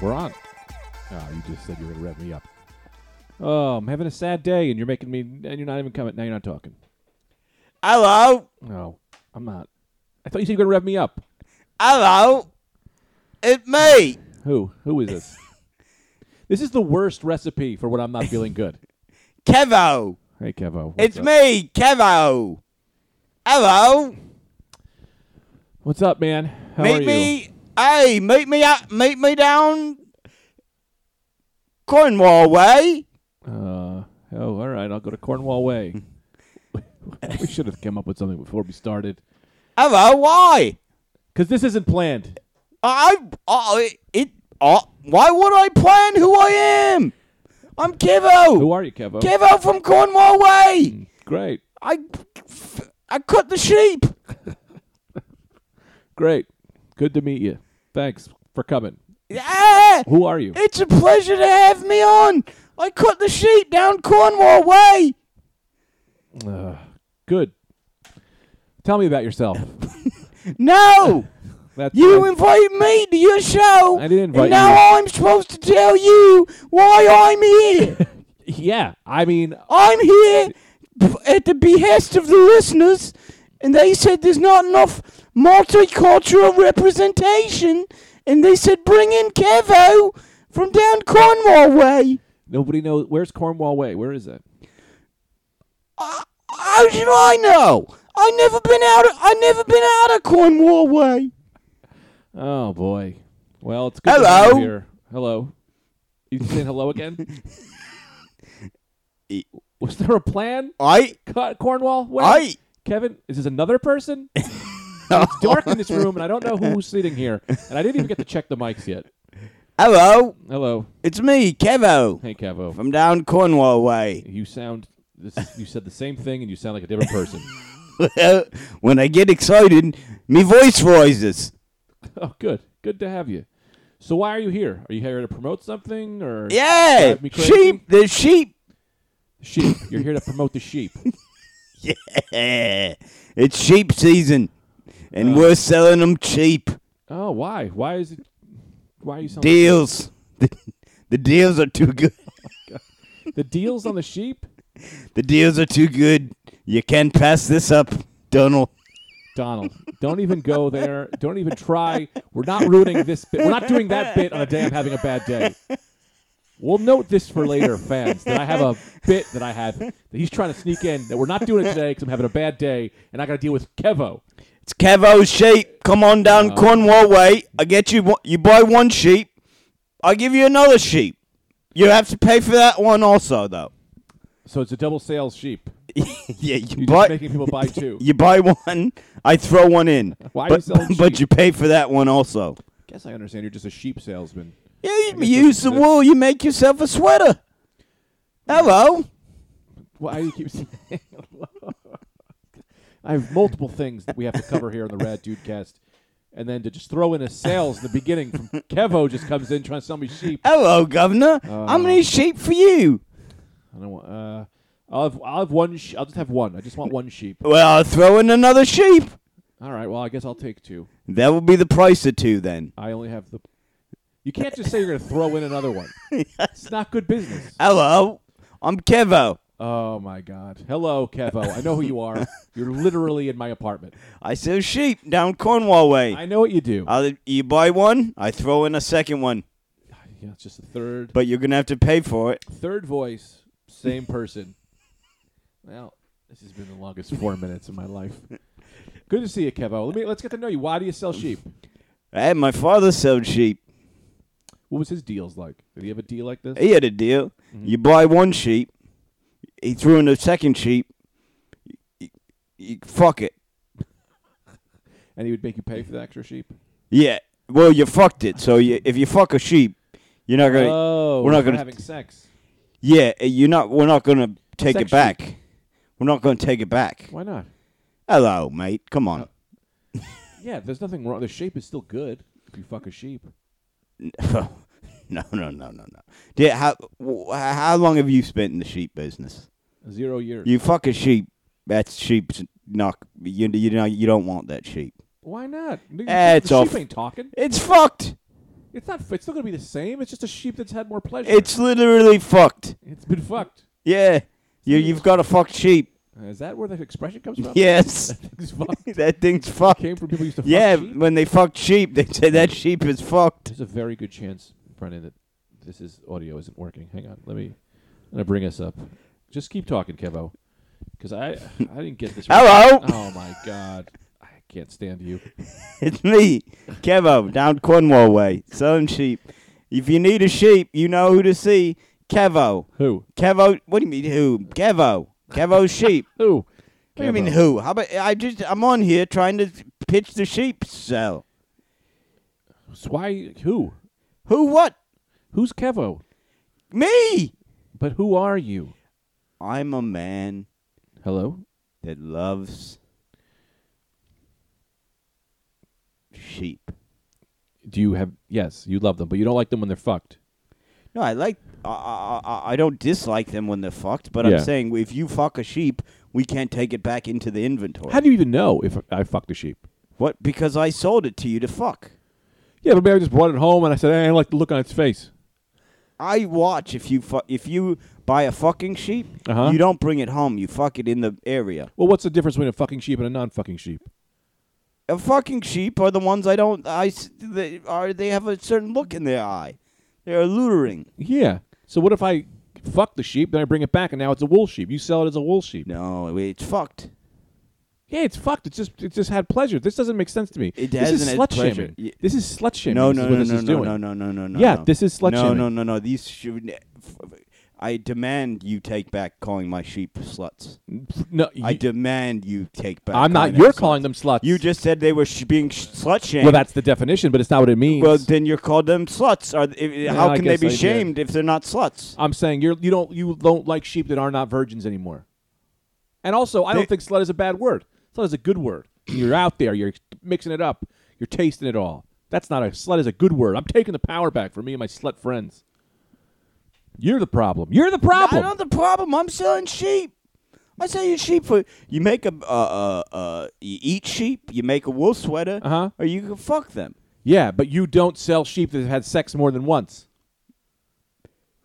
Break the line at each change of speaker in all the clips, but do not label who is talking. We're on. Oh, you just said you were gonna rev me up. Oh, I'm having a sad day, and you're making me, and you're not even coming. Now you're not talking.
Hello,
No, I'm not. I thought you said you were gonna rev me up.
hello, it's me.
Who? Who is this? this is the worst recipe for when I'm not feeling good.
Kevo.
Hey, Kevo. what's
It's
up?
me, Kevo. Hello.
What's up, man? How are
meet
you?
me. Hey, meet me out. Meet me down Cornwall way.
Uh, oh, all right. I'll go to Cornwall Way. we should have come up with something before we started,
Hello, why?
because this isn't planned.
I. I it. Uh, why would I plan who I am? I'm Kevo.
Who Hmm. are you, Kevo?
Kevo from Cornwall way.
Great,
I. I cut the sheep.
great. Good to meet you. Thanks for coming.
Yeah.
Who are you?
It's a pleasure to have me on. I cut the sheep down Cornwall Way.
Uh, good. Tell me about yourself.
No,
That's
you invited me to your show.
I didn't invite
and now
you.
I'm supposed to tell you why I'm here.
yeah. I mean,
I'm here p- at the behest of the listeners, and they said there's not enough multicultural representation, and they said bring in Kevo from down Cornwall Way.
nobody knows where's Cornwall Way. Where is it?
How should I know? I never been out. Of, I never been out of Cornwall Way.
Oh boy. Well, it's good to
Hello?
have you here. Hello. You saying hello again?
E-
Was there a plan?
I
Co- Cornwall? Where?
I
Kevin, is this another person? it's dark in this room, and I don't know who's sitting here. And I didn't even get to check the mics yet.
hello.
Hello,
It's me, Kevo,
hey Cavo.
from down Cornwall Way.
You sound. This, you said the same thing, and you sound like a different person.
when I get excited, me voice rises.
oh, good. Good to have you. So why are you here? Are you here to promote something, or
Yeah,
Drive me crazy.
sheep. The sheep.
sheep? You're here to promote the sheep.
Yeah, it's sheep season, and we're selling them cheap
Oh, why? Why is it? Why are you selling
deals. The, the deals are too good.
the deals on the sheep?
The deals are too good. You can't pass this up, Donald.
Donald, don't even go there. Don't even try. We're not ruining this bit. We're not doing that bit on the day I'm having a bad day. We'll note this for later, fans, that I have a bit that I had that he's trying to sneak in that we're not doing it today because I'm having a bad day and I got to deal with Kevo.
It's Cavo's sheep. Come on down
Oh.
Cornwall Way. I get you. one- You buy one sheep. I give you another sheep. You have to pay for that one also, though.
So it's a double sales sheep.
yeah, you
You're
buy.
just making people buy two.
you buy one. I throw one in.
Why are you
but,
selling
But
sheep?
you pay for that one also.
Guess I understand. You're just a sheep salesman.
Yeah, you
guess
use
that's-
the
that's-
wool. You make yourself a sweater. Hello.
Why do you keep saying? I have multiple things that we have to cover here on the Rad Dude Cast, and then to just throw in a sales in the beginning from Kevo just comes in trying to sell me sheep.
Hello, Governor.
Oh.
How many sheep for you?
I don't want. Uh, I'll have. I'll have one. Sh- I'll just have one. I just want one sheep.
Well, I'll throw in another sheep.
All right. Well, I guess I'll take two.
That will be the price of two then.
I only have the. You can't just say you're going to throw in another one. It's not good business.
Hello. I'm Kevo.
Oh my God. Hello, Kevo. I know who you are. You're literally in my apartment.
I sell sheep down Cornwall way.
I know what you do.
I'll, you buy one, I throw in a second one,
Yeah, it's just the third.
but you're gonna have to pay for it.
Third voice, same person. well, this has been the longest four minutes of my life. Good to see you, Kevo. Let me let's get to know you. Why do you sell sheep?
Hey, my father sold sheep.
What was his deals like? Did he have a deal like this?
He had a deal.
Mm-hmm.
You buy one sheep, he threw in a second sheep. y- y- y- fuck it.
And he would make you pay for the extra sheep?
Yeah. Well, you fucked it. So you, if you fuck a sheep, you're not gonna.
Oh,
we're not
for
gonna-
having sex.
yeah, eh, you're not. We're not gonna take
Sex sheep.
it back. We're not gonna take it back.
Why not?
Hello, mate. Come
Uh,
on.
Yeah, there's nothing wrong. The shape is still good if you fuck a sheep.
no, no, no, no, no. Yeah, how wh- how long have you spent in the sheep business?
Zero years.
You fuck a sheep. That's sheep's knock. You you know you don't want that sheep.
Why not? The-
Eh,
the
it's all
sheep
f-
ain't talking.
It's fucked.
It's not. It's still gonna be the same. It's just a sheep that's had more pleasure.
It's literally fucked.
it's been fucked.
Yeah. You, you've got a fucked sheep.
Is that where the expression comes from?
Yes.
It's fucked.
that thing's fucked.
Came from people who used to. Fuck
Yeah,
sheep?
when they fucked sheep, they say that sheep is fucked.
There's a very good chance, Brendan, that this is audio isn't working. Hang on, let me. I'm gonna bring us up. Just keep talking, Kevo, because I I didn't get this. right.
Hello,
Oh my god, I can't stand you.
it's me, Kevo, down Cornwall way, selling sheep. If you need a sheep, you know who to see. Kevo.
Who?
Kevo. What do you mean who? Kevo. Kevo sheep.
Who?
What do you mean
Kevo.
who? How about I just I'm on here trying to pitch the sheep sell.
So Why? Who?
Who what?
Who's Kevo?
Me.
But who are you?
I'm a man
Hello.
that loves sheep.
Do you have? Yes, you love them, but you don't like them when they're fucked.
No, I like. I, I, I- I don't dislike them when they're fucked, but
Yeah.
I'm saying if you fuck a sheep, we can't take it back into the inventory.
How do you even know if I fucked a sheep?
what? Because I sold it to you to fuck.
Yeah, but maybe I just brought it home and I said, hey, I like the look on its face.
I watch if you fu- if you buy a fucking sheep,
Uh-huh.
you don't bring it home. You fuck it in the area.
Well, what's the difference between a fucking sheep and a non-fucking sheep?
A fucking sheep are the ones I don't. I s- they are they have a certain look in their eye. They're alluring.
Yeah. So what if I fuck the sheep, then I bring it back, and now it's a wool sheep? You sell it as a wool sheep.
No, it's fucked.
Yeah, it's fucked. It's just it just had pleasure. This doesn't make sense to me.
It
this is
hasn't had
slut
pleasure.
shaming.
Y-
This is slut shaming.
No,
This
no,
is what
no,
this
no,
is
no,
doing.
no, no, no, no, no.
Yeah,
no.
this is slut
No,
shaming.
no, no, no. These should. f- I demand you take back calling my sheep sluts.
no. You,
I demand you take back.
I'm not.
them
You're
sluts.
calling them sluts.
You just said they were sh- being sh- slut shamed.
Well, that's the definition, but it's not what it means.
Well, then you called them sluts. Are if, how
I
can they
guess
be
I did.
shamed if they're not sluts?
I'm saying you're you don't you don't like sheep that are not virgins anymore. And also, I don't think slut is a bad word. Slut is a good word. You're out there, you're mixing it up, you're tasting it all. That's not a slut is a good word. I'm taking the power back for me and my slut friends. You're the problem. You're the
I
problem.
don't have the problem. I'm selling sheep. I sell you sheep for you make a uh, uh, uh you eat sheep, you make a wool sweater,
Uh-huh.
or you can fuck them.
Yeah, but you don't sell sheep that have had sex more than once.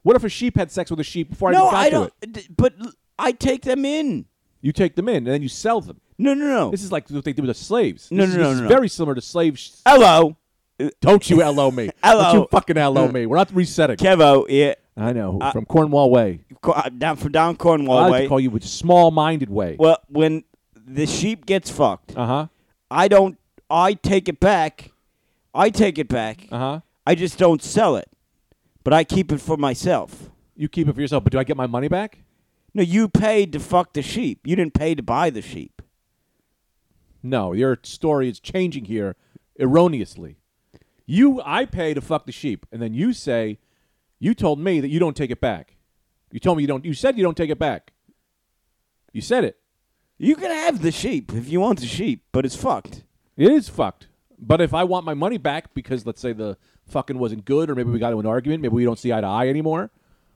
What if a sheep had sex with a sheep before I
no,
even got
I
to
don't.
it?
d- But l- I take them in.
You take them in and then you sell them.
No, no, no.
This is like what they did with the slaves.
No,
this
no,
is,
no,
this
no,
is
no.
very similar to slave sh-
Hello,
Don't you LO me.
LO.
Don't you fucking LO me. We're not resetting.
Kevo. Yeah,
I know. from Cornwall Way.
co- uh, down from down Cornwall
I like
way.
to call you with small minded way.
well, when the sheep gets fucked,
Uh huh.
I don't. I take it back. I take it back.
Uh huh.
I just don't sell it, but I keep it for myself.
You keep it for yourself, but do I get my money back?
No, you paid to fuck the sheep. You didn't pay to buy the sheep.
No, your story is changing here erroneously. You, I pay to fuck the sheep, and then you say, you told me that you don't take it back. You told me you don't. You said you don't take it back. You said it.
You can have the sheep if you want the sheep, but it's fucked.
It is fucked. But if I want my money back because let's say the fucking wasn't good, or maybe we got into an argument, maybe we don't see eye to eye anymore,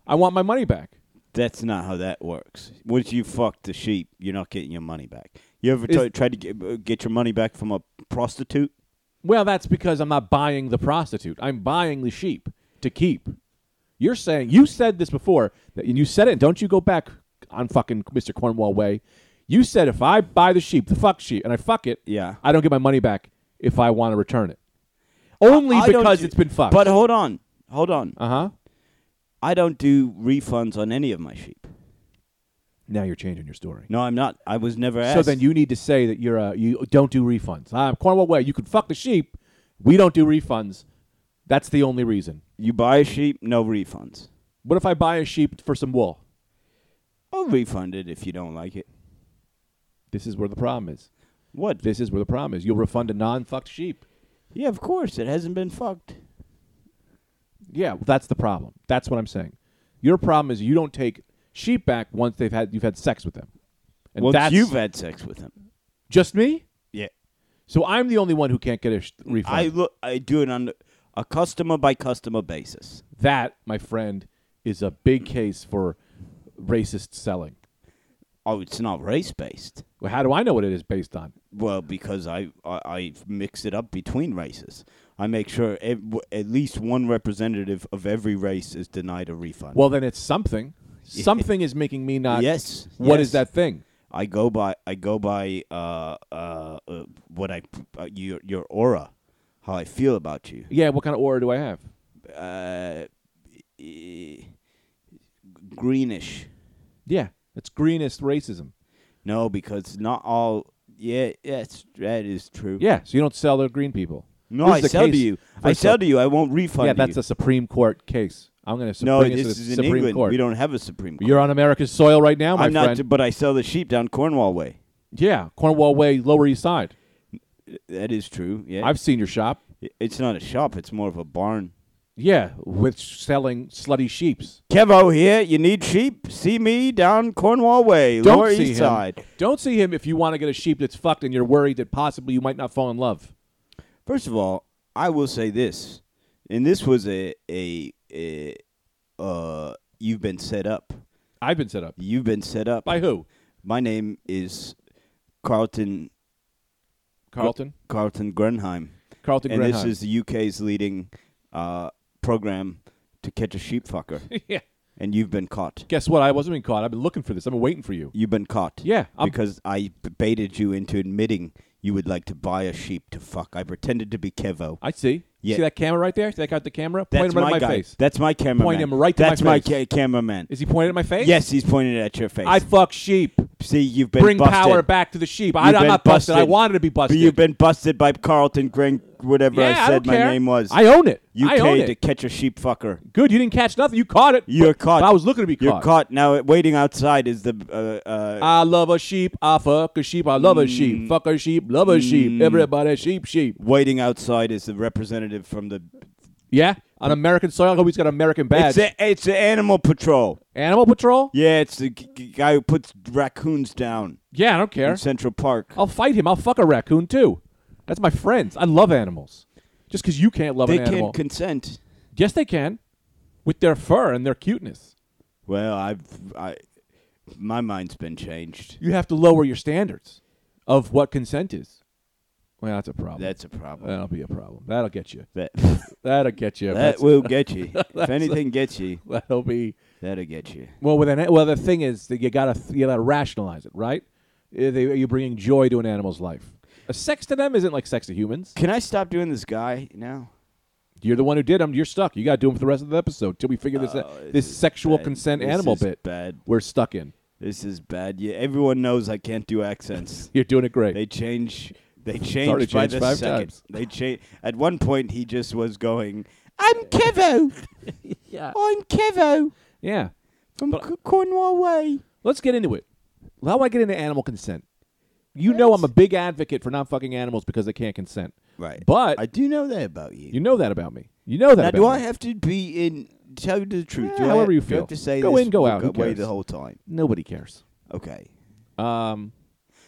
I want my money back.
That's not how that works. Once you fuck the sheep, you're not getting your money back. You ever
Is-
t- tried to get, uh, get your money back from a prostitute?
Well, that's because I'm not buying the prostitute. I'm buying the sheep to keep. You're saying you said this before, that- and you said it. Don't you go back on fucking Mr. Cornwall way? You said if I buy the sheep, the fuck sheep, and I fuck it,
Yeah.
I don't get my money back if I want to return it. Only
I don't
because
do-
it's been fucked.
But hold on, hold on.
uh huh.
I don't do refunds on any of my sheep.
Now you're changing your story.
No, I'm not. I was never asked.
So then you need to say that you're uh, you don't do refunds. Uh, Cornwall way, you can fuck the sheep. We don't do refunds. That's the only reason.
you buy a sheep, no refunds.
What if I buy a sheep for some wool?
I'll refund it if you don't like it.
This is where the problem is.
What?
This is where the problem is. You'll refund a non-fucked sheep.
Yeah, of course. It hasn't been fucked.
Yeah, well, that's the problem. That's what I'm saying. Your problem is you don't take sheep back once they've had you've had sex with them. And
Once
that's
you've had sex with him.
just me.
Yeah.
So I'm the only one who can't get a sh- refund.
I look. I do it on a customer by customer basis.
that, my friend, is a big case for racist selling.
Oh, it's not race based.
Well, how do I know what it is based on?
Well, because I, I I mix it up between races. I make sure ev- w- at least one representative of every race is denied a refund.
Well, then it's something. Something is making me not.
yes.
uh, What is
yes.
that thing?
I go by I go by uh, uh, uh, what I uh, your your aura, how I feel about you.
Yeah. What kind of aura do I have?
Uh, eh, greenish.
Yeah. It's greenest racism.
No, because not all. Yeah, yes, that is true.
Yeah. So you don't sell to green people.
No,
This
I
is the
sell to
case
you.
for
I
so-
sell to you. I won't refund.
Yeah,
you.
that's a Supreme Court case. I'm going to
no.
bring it to
This
the
is in
Supreme
England.
Court.
We don't have a Supreme Court.
You're on America's soil right now, my
I'm
friend.
not, but I sell the sheep down Cornwall way.
yeah, Cornwall Way, Lower East Side.
That is true. Yeah,
I've seen your shop.
it's not a shop. It's more of a barn.
Yeah, with selling slutty sheeps.
Kevo here. You need sheep? See me down Cornwall way,
Don't
Lower
see
East
him.
Side.
Don't see him if you want to get a sheep that's fucked and you're worried that possibly you might not fall in love.
First of all, I will say this, and this was a a, a uh, you've been set up.
I've been set up
You've been set up.
by who?
My name is Carlton
Carlton.
Carlton Grenheim,
Carlton
and
Grenheim.
this is the UK's leading uh, program to catch a sheep fucker.
yeah.
and you've been caught.
Guess what? I wasn't being caught. I've been looking for this. I've been waiting for you.
You've been caught.
Yeah, I'm-
because I b- baited you into admitting you would like to buy a sheep to fuck. I pretended to be Kevo.
I see.
Yeah.
See that camera right there? See that guy with the camera?
That's
Point him right
my
at my
guy.
face.
That's my cameraman.
him right to my
That's my,
face.
ca- cameraman.
Is he pointing at my face?
Yes, he's pointing it at your face.
I fuck sheep.
See, you've been
Bring
busted.
power back to the sheep. I,
You've
I'm
been
not busted. I
busted.
wanted to be
But
busted.
you've been busted by Carlton Gring, whatever
yeah,
I
I
said
don't
my
care.
name was.
I own it.
UK
I own
to
it.
catch a sheep fucker.
Good, you didn't catch nothing. You caught it.
You're
But-
caught.
but I was looking to be
You're
caught.
caught now. Waiting outside is the. Uh, uh,
I love a sheep. I fuck a sheep. I love a
Mm.
sheep. Fuck a sheep. Love a sheep. Everybody sheep, sheep.
waiting outside is the representative from the.
Yeah, on American soil. I hope he's got an American badge.
It's a, it's the animal patrol.
Animal Patrol.
Yeah, it's the g- g- guy who puts raccoons down
Yeah, I don't care.
in Central Park.
I'll fight him. I'll fuck a raccoon too. That's my friends. I love animals. Just because you can't love
they
an animal.
can't consent.
yes, they can, with their fur and their cuteness.
Well, I've I, my mind's been changed.
You have to lower your standards of what consent is. Well, that's a problem.
That's a problem.
That'll be a problem. That'll get you.
That
That'll get you.
that
That's-
will get you. if anything gets you,
that'll be.
that'll get you.
Well, with an well, the thing is that you gotta you gotta rationalize it, right? Are they- are you bringing joy to an animal's life? A sex to them isn't like sex to humans.
Can I stop doing this guy now?
You're the one who did them. You're stuck. You gotta do them for the rest of the episode till we figure this out.
Oh,
This
is
sexual
bad.
consent
This
animal
is
bit
Bad.
we're stuck in.
This is bad. Yeah, everyone knows I can't do accents.
You're doing it great.
They change. They
already
change by
changed
the
five
second.
times.
They change. At one point, he just was going.
I'm Kevo.
yeah.
I'm Kevo
Yeah.
from C- Cornwall Way.
Let's get into it. How do I get into animal consent? You know I'm a big advocate for not fucking animals because they can't consent.
Right.
But
I do know that about you.
you know that about me. You know that
now,
about
do
me.
I have to be in? Tell you the truth.
Yeah,
do I
however
ha-
you
do I
feel.
have to say
Go
this
in, go
the
out,
g-
who
way
cares?
the whole time.
Nobody cares.
Okay.
Um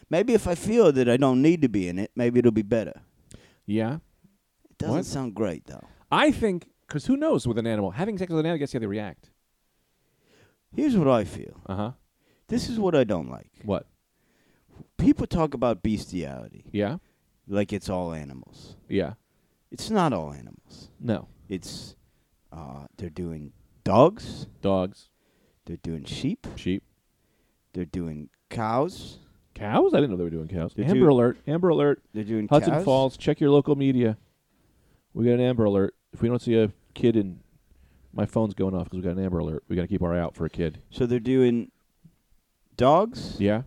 Maybe if I feel that I don't need to be in it, maybe it'll be better.
yeah.
It doesn't
What?
sound great though.
I think because who knows with an animal having sex with an animal, I guess how they react.
Here's what I feel.
Uh huh.
This is what I don't like.
What?
People talk about bestiality
Yeah.
like it's all animals.
Yeah.
It's not all animals.
No.
It's uh, they're doing dogs,
Dogs,
they're doing sheep,
sheep,
they're doing cows,
cows. I didn't know they were doing cows.
Did
amber
you-
alert! Amber alert!
they're doing
Hudson
cows.
Falls. Check your local media. We got an amber alert. If we don't see a kid in, my phone's going off because we got an amber alert. We got to keep our eye out for a kid.
So they're doing dogs,
Yeah.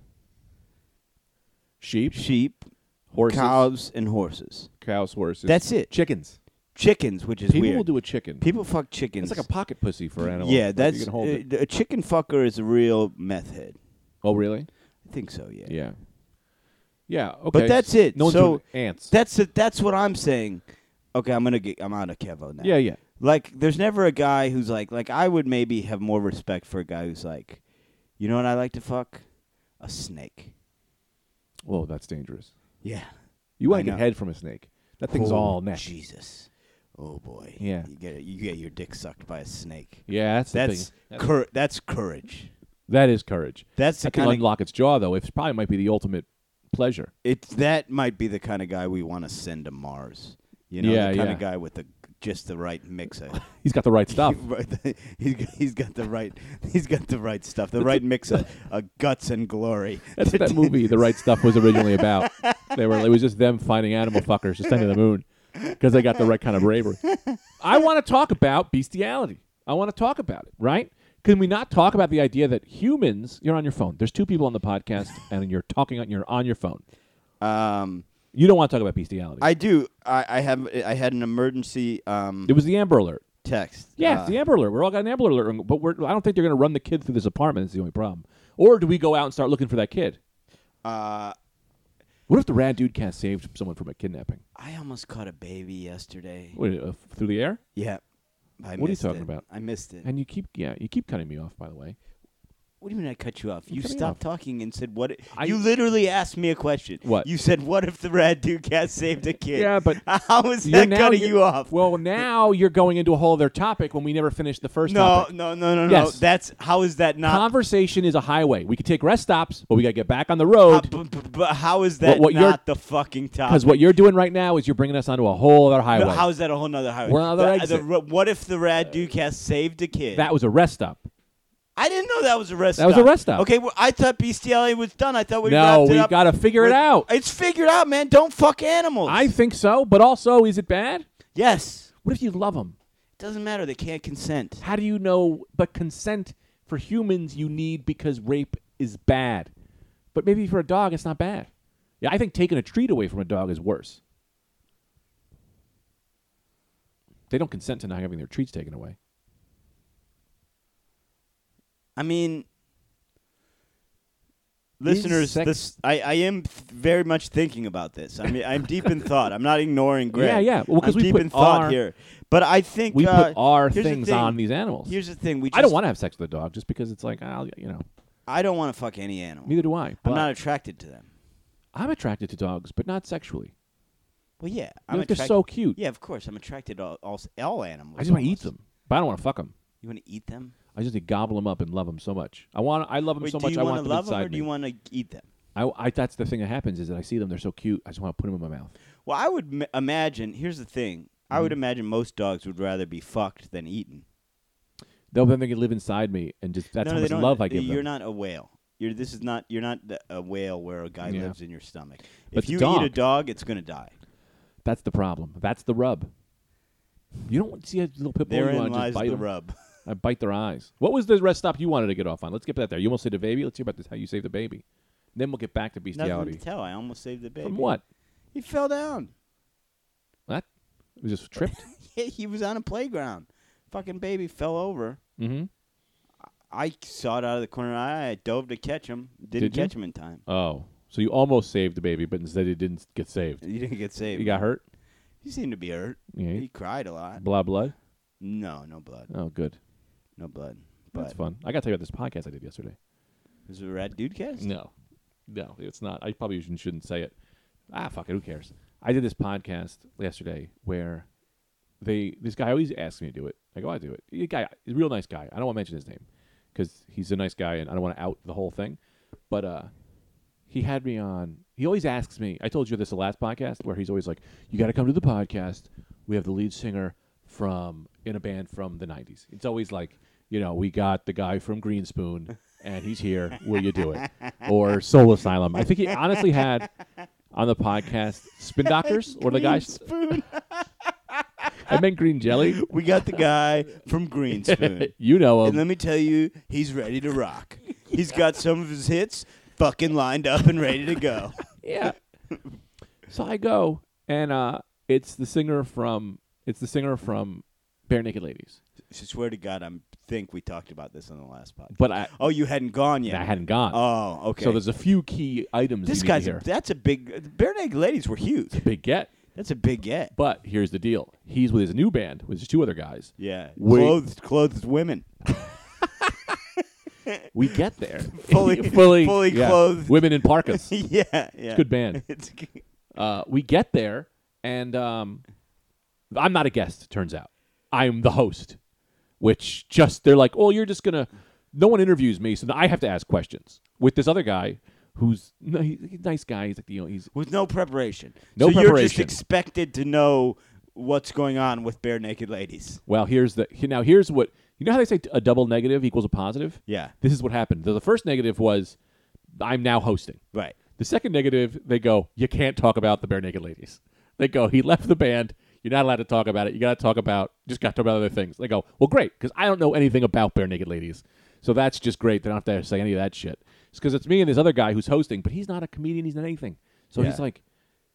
Sheep,
sheep,
horses,
cows, and horses.
cows, horses.
That's it.
chickens.
chickens, which is
People
weird.
will do a chicken.
People fuck chickens.
It's like a pocket pussy for animals.
Yeah,
Like, you
that's
can hold it.
uh, a chicken fucker is a real meth head.
Oh, really?
I think so. Yeah.
Yeah. Yeah. Okay.
But that's it.
No one's
so
doing ants.
that's it. That's what I'm saying. Okay, I'm gonna get. I'm out of Kevo now.
yeah, yeah.
Like, there's never a guy who's like, like I would maybe have more respect for a guy who's like, you know what I like to fuck, a snake.
Whoa, that's dangerous.
Yeah.
You want
I
to get
know.
head from a snake. That thing's
Oh,
all neck.
Jesus. Oh boy.
Yeah.
You get it. You get your dick sucked by a snake.
Yeah, that's the
That's
thing.
cour- That's courage.
That is courage.
That's the
That can
kind of
unlock its jaw, though. It probably might be the ultimate pleasure.
It's that might be the kind of guy we want to send to Mars. You know,
Yeah,
the kind
yeah.
of guy with the just the right mix. of-
He's got the right stuff.
Right, he's got- he's got the right he's got the right stuff, the right mix of, of guts and glory.
That's what that movie, The Right Stuff, was originally about. They were it was just them finding animal fuckers to send to the moon because they got the right kind of bravery. I want to talk about bestiality. I want to talk about it, right? Can we not talk about the idea that humans? You're on your phone. There's two people on the podcast, and you're talking on you're on your phone.
Um,
You don't want to talk about bestiality.
I do. I, I have. I had an emergency um,
it was the Amber Alert.
text.
Yeah,
Uh,
it's the Amber Alert. We're all got an Amber Alert, but we're, I don't think they're going to run the kid through this apartment. Is the only problem. Or do we go out and start looking for that kid?
uh,
What if the rad dude cast saved someone from a kidnapping
I almost caught a baby yesterday.
Wait, uh, through the air?
Yeah.
What are
I
you
missed
talking
it.
about?
I missed it.
And you keep yeah, you keep cutting me off. By the way,
What do you mean I cut you off? you
cutting you
stopped
off.
talking and said what? i-
I-
you literally asked me a question.
What?
You said, "What if the Rad Ducat saved a kid?"
Yeah, but
how is
you're
that
now-
cutting
you're-
you off?
Well, now you're going into a whole other topic when we never finished the first
no,
topic.
no, no, no, no.
Yes.
That's how is that not?
Conversation is a highway. We could take rest stops, but we got to get back on the road
uh, b- b- b- how is that
what you're-
not the fucking topic?
because what you're doing right now is you're bringing us onto a whole other highway.
No, how is that a whole nother highway?
We're on the
the,
exit.
ro- what if the Rad Ducat saved a kid?
that was a rest stop.
I didn't know that was a rest.
That was a
stop.
rest stop.
Okay, well, I thought bestiality was done. I thought we
no,
wrapped it
we
up.
got to figure it
with-
out.
It's figured out, man. Don't fuck animals.
I think so, but also, is it bad?
yes.
What if you love them?
Doesn't matter. They can't consent.
How do you know? But consent for humans you need because rape is bad. But maybe for a dog it's not bad. Yeah, I think taking a treat away from a dog is worse. They don't consent to not having their treats taken away.
I mean,
Is
listeners,
sex-
this I, I am th- very much thinking about this. I mean, I'm deep in thought. I'm not ignoring Greg.
Yeah, yeah. Well, 'cause
I'm
we
deep
put
in thought
our-
here, but I think
We
uh,
put our
here's the
things
thing.
on these animals.
Here's the thing. We just,
I don't want to have sex with a dog just because it's like, I'll, you know,
I don't want to fuck any animal.
neither do I.
I'm
but
not attracted to them.
I'm attracted to dogs, but not sexually.
Well, yeah,
Like,
I'm
they're
attracted.
so cute.
Yeah, of course, I'm attracted to all all, s- all animals.
I just want to eat
almost.
them, but I don't want to fuck them.
You want to eat them?
I just need to gobble them up and love them so much. I want, I love them
Wait,
so
do
much.
you
I want
to
them
love
inside
them or do
me.
you want to eat them?
I, I that's the thing that happens is that I see them. They're so cute. I just want to put them in my mouth.
Well, I would m- imagine. Here's the thing. I
Mm-hmm.
would imagine most dogs would rather be fucked than eaten.
They'll then they can live inside me and just that's
no,
how
no,
much
they don't-
love I
they-
give
You're
them.
not a whale. You're this is not you're not the- a whale where a guy
Yeah.
lives in your stomach.
But
if
the
you
dog-
eat a dog, it's gonna die.
That's the problem. That's the rub. You don't see a little pit bull. You
Therein
want to just
lies
bite
the
them.
rub.
I bite their eyes. What was the rest stop you wanted to get off on? Let's get that there. You almost saved a baby. Let's hear about this. How you saved the baby. Then we'll get back to
Nothing to
bestiality.
tell. I almost saved the baby.
From what?
He fell down.
That it was just tripped.
he was on a playground. Fucking baby fell over.
mm-hmm.
I saw it out of the corner of my eye. I dove to catch him. Didn't
Did you?
catch him in time.
Oh, so you almost saved the baby, but instead it didn't get saved.
He didn't get saved.
You got hurt.
He seemed to be hurt.
Yeah.
He cried a lot.
Blah blah.
No, no blood.
Oh, good.
No blood.
That's
But
fun. I got to tell you about this podcast I did yesterday.
is it a rat dude cast?
No, no, it's not. I probably shouldn't, shouldn't say it. Ah, fuck it. Who cares? I did this podcast yesterday where they this guy always asks me to do it. I go, I do it. The guy, he's a real nice guy. I don't want to mention his name because he's a nice guy, and I don't want to out the whole thing. But uh, he had me on. He always asks me. I told you this the last podcast where he's always like, "You got to come to the podcast. We have the lead singer from in a band from the '90s." It's always like, you know, we got the guy from Greenspoon, and he's here. Will you do it? Or Soul Asylum. I think he honestly had on the podcast Spin Doctors or the guy.
Greenspoon.
I meant Green Jelly.
we got the guy from Greenspoon.
you know him.
And let me tell you, he's ready to rock. He's got some of his hits fucking lined up and ready to go.
yeah. so I go, and uh, it's the singer from it's the singer from Bare Naked Ladies.
I swear to God, I think we talked about this on the last podcast.
But I
oh, you hadn't gone yet.
I hadn't gone.
Oh, okay.
So there's a few key items.
this
you
guy's
need
a-
to hear.
that's a big. Bare naked ladies were huge.
big get.
That's a big get.
But here's the deal: he's with his new band, with his two other guys.
Yeah,
Wait.
clothed clothed women.
We get there
Fully-
fully,
fully
yeah.
clothed.
women in parkas.
yeah, yeah. It's
good band.
It's g-
uh, we get there, and um, I'm not a guest. Turns out, I'm the host. Which just they're like, oh, you're just gonna. No one interviews me, so I have to ask questions with this other guy who's no, he's a nice guy. He's like, you know, he's
with no preparation.
No
so You're just
preparation.
expected to know what's going on with bare naked ladies.
Well, here's the here- now here's what you know how they say a double negative equals a positive.
Yeah.
This is what happened. The, the first negative was I'm now hosting.
Right.
The second negative, they go, you can't talk about the bare naked ladies. They go, he left the band. You're not allowed to talk about it. You got to talk about just got to talk about other things. They go, well, great, because I don't know anything about bare naked ladies, so that's just great. They don't have to say any of that shit. It's because it's me and this other guy who's hosting, but he's not a comedian. He's not anything. So he's
Yeah.
like,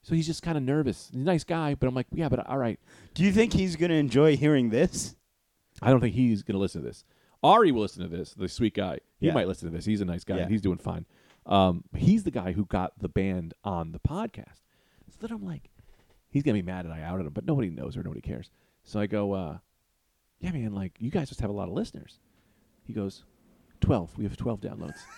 so he's just kind of nervous. He's a nice guy, but I'm like, yeah, but all right.
Do you think he's gonna enjoy hearing this?
I don't think he's going to listen to this. Ari will listen to this. The sweet guy. He
Yeah.
might listen to this. He's a nice guy.
Yeah.
He's doing fine. Um, he's the guy who got the band on the podcast. So then I'm like, he's going to be mad that I outed him, but nobody knows or nobody cares. So I go, uh, yeah, man, like you guys just have a lot of listeners. He goes, 12. We have 12 downloads.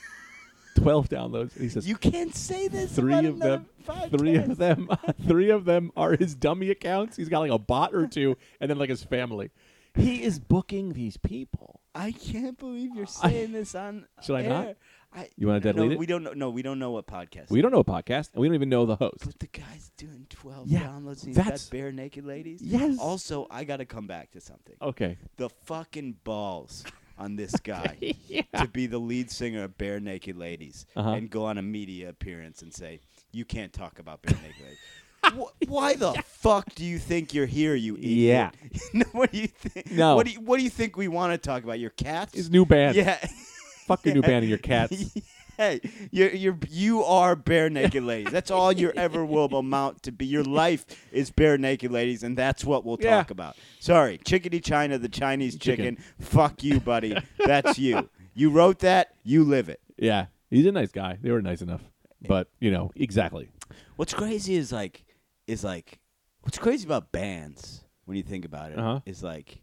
12 downloads. And he says,
You can't say this.
three
about
of
another
them three
podcast.
of them three of them are his dummy accounts he's got like a bot or two and then like his family he is booking these people
I can't believe you're
I-
saying this on.
Should I
air.
not?
I,
You wanna delete
no,
it?
We don't know. No, we don't know what podcast.
we don't know a podcast and we don't even know the host
But the guy's doing twelve
Yeah,
downloads. And he's
that's-
got bare naked ladies.
Yes.
Also, I gotta come back to something.
okay
The fucking balls on this guy to be the lead singer of Bare Naked Ladies
Uh-huh.
and go on a media appearance and say you can't talk about Bare Naked Ladies. Wh- Why the fuck do you think you're here, you
Yeah.
idiot? Yeah. what do you think?
No.
What do you, What do you think we want to talk about? Your cats?
his new band
yeah.
fuck your new band and your cats
Hey, you're, you're you are bare naked ladies. That's all you ever will amount to be. Your life is bare naked ladies, and that's what we'll
Yeah.
talk about. Sorry, chickadee China, the Chinese chicken.
Chicken.
Fuck you, buddy. That's you. You wrote that. You live it.
yeah he's a nice guy they were nice enough but you know exactly
What's crazy is like is like what's crazy about bands when you think about it is
Uh-huh.
like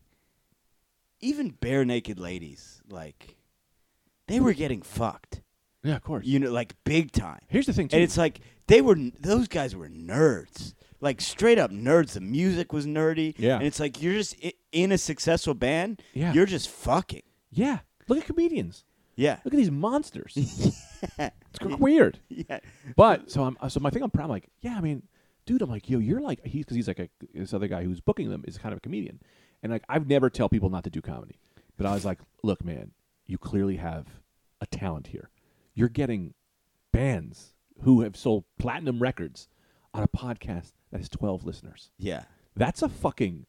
even bare naked ladies like they were getting fucked.
yeah of course
You know, like big time.
here's the thing too
And it's like they were those guys were nerds, like straight up nerds. The music was nerdy.
Yeah.
And it's like you're just i- in a successful band.
Yeah.
You're just fucking.
yeah look at comedians
Yeah.
look at these monsters it's weird
Yeah.
But so I'm so my thing I'm proud. I'm like, yeah, I mean, dude, I'm like, yo, you're like he's because he's like a this other guy who's booking them is kind of a comedian, and like I've never tell people not to do comedy, but I was like, look, man, you clearly have a talent here. You're getting bands who have sold platinum records on a podcast that has 12 listeners.
Yeah.
That's a fucking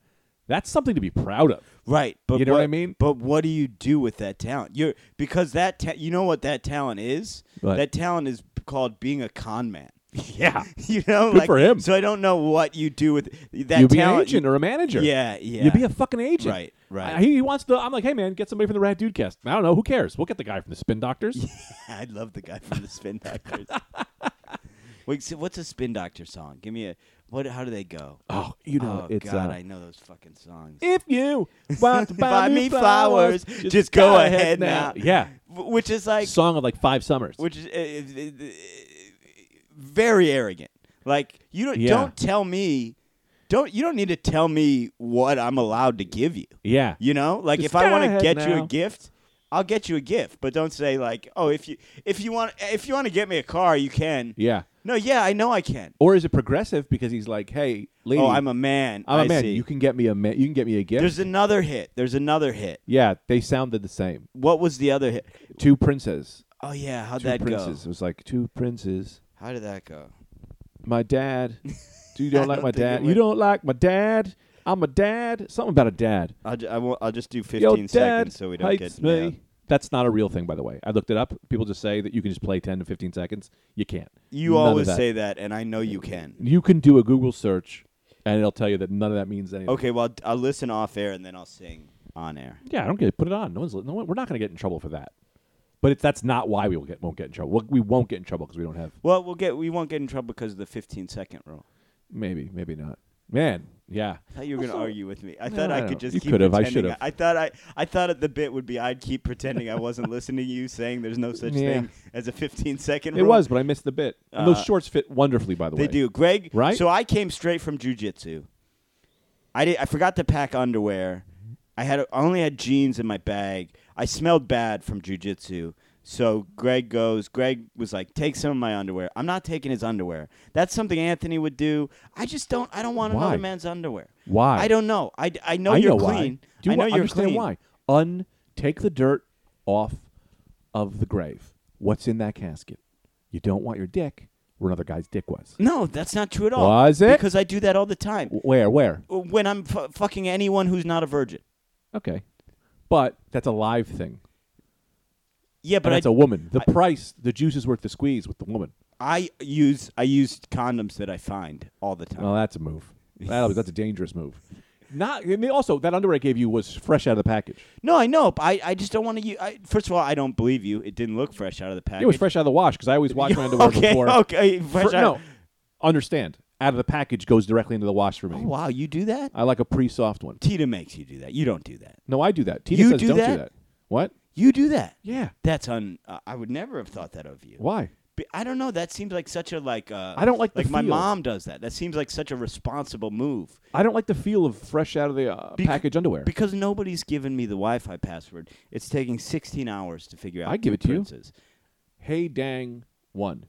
that's something to be proud of.
Right. But
You know what I
what-
mean?
But what do you do with that talent? You're because that ta- you know what that talent is.
What?
That talent is called being a con man.
Yeah.
you know,
Good
like
for him.
So I don't know what you do with that
You'd be an
talent.
agent or a manager.
Yeah. Yeah.
You'd be a fucking agent.
Right, right.
I- he, he wants the. I'm like, hey man, get somebody from the Rad Dude Cast. I don't know. Who cares? We'll get the guy from the Spin Doctors.
I love the guy from the Spin Doctors. Wait, so what's a Spin Doctor song? Give me a what? How do they go?
Oh, you know,
oh
it's
God,
uh,
I know those fucking songs.
if you want to
Buy
buy
me flowers, just go ahead now.
Yeah,
Wh- which is like,
song of like five summers.
which is uh, uh, uh, very arrogant. Like you don't
Yeah.
don't tell me, don't you don't need to tell me what I'm allowed to give you.
yeah,
You know, like
Just
if I
go
want to
ahead
get you
now.
a gift, I'll get you a gift, but don't say like, oh, if you if you want if you want to get me a car, you can.
yeah.
No, yeah, I know I can.
Or is it progressive because he's like, hey, lady,
Oh, I'm a man.
I'm a
I
man.
see.
You can get me a man. You can get me a gift.
There's another hit. There's another hit.
yeah, they sounded the same.
What was the other hit?
Two princes.
Oh yeah, how'd
two
that
princes.
go?
It was like two princes.
How did that go?
My dad. Do you
I
don't like
don't
my
think it
dad? You
went-
don't like my dad. I'm a dad. Something about a dad.
I'll, ju- I will, I'll just do 15
Yo, dad
seconds so we don't
hates
get
me.
nailed.
That's not a real thing, by the way. I looked it up. People just say that you can just play 10 to 15 seconds. You can't.
You
None of
always
that.
say that, and I know you can.
You can do a Google search, and it'll tell you that none of that means anything.
Okay, well I'll listen off air and then I'll sing on air.
Yeah, I don't get it. Put it on. No one's. li- No one, we're not going to get in trouble for that. But it's that's not why we will get won't get in trouble. We'll, we won't get in trouble because we don't have.
Well, we'll get we won't get in trouble because of the 15 second rule.
Maybe, maybe not. Man, yeah.
I thought you were going to argue with me. I
No,
thought
I
I,
don't know.
could just
You
keep
could've, I
pretending.
should've.
I thought I, I thought the bit would be I'd keep pretending I wasn't listening to you, saying there's no such
Yeah.
thing as a 15 second
It
rule.
was, but I missed the bit. And
Uh,
those shorts fit wonderfully, by the
They
way.
do, Greg.
Right?
So I came straight from jujitsu. I did. I forgot to pack underwear. I had I only had jeans in my bag. I smelled bad from jujitsu. So Greg goes. Greg was like, "Take some of my underwear." I'm not taking his underwear. That's something Anthony would do. I just don't. I don't want
Why?
another man's underwear.
Why?
I don't know. I, I know
I
you're
know
clean.
Why. Do you
I know
wa-
you're
understand
clean.
why? Un take the dirt off of the grave. What's in that casket? You don't want your dick where another guy's dick was.
No, that's not true at all.
Was it?
Because I do that all the time.
W- Where? Where?
When I'm fu fucking anyone who's not a virgin.
Okay, but that's a live thing.
Yeah,
But
but I,
that's a woman. The
I-
price, the juice is worth the squeeze with the woman.
I use I use condoms that I find all the time.
Well, that's a move. That'll- that's a dangerous move. Not. I mean, also that underwear I gave you was fresh out of the package.
no, I know, but I, I just don't want to use. I, first of all, I don't believe you. It didn't look fresh out of the package.
It was fresh out of the wash because I always wash my underwear
okay,
before.
okay,
Fr-
fresh out.
no, understand. Out of the package goes directly into the wash for me.
Oh, wow, you do that?
I like a pre-soft one.
Tita makes you do that. You don't do that.
No, I do that. Tina
You
says
do
not do
that?
that. What?
You do that.
Yeah.
That's un. Uh, I would never have thought that of you.
Why?
But I don't know. That seems like such a like. Uh,
I don't like the
like my
feel.
mom does that. That seems like such a responsible move
I don't like the feel of fresh out of the uh,
Bec-
package underwear.
because nobody's given me the Wi-Fi password. It's taking 16 hours to figure out.
I give
who
it to you.
Prince Is.
hey, dang, one.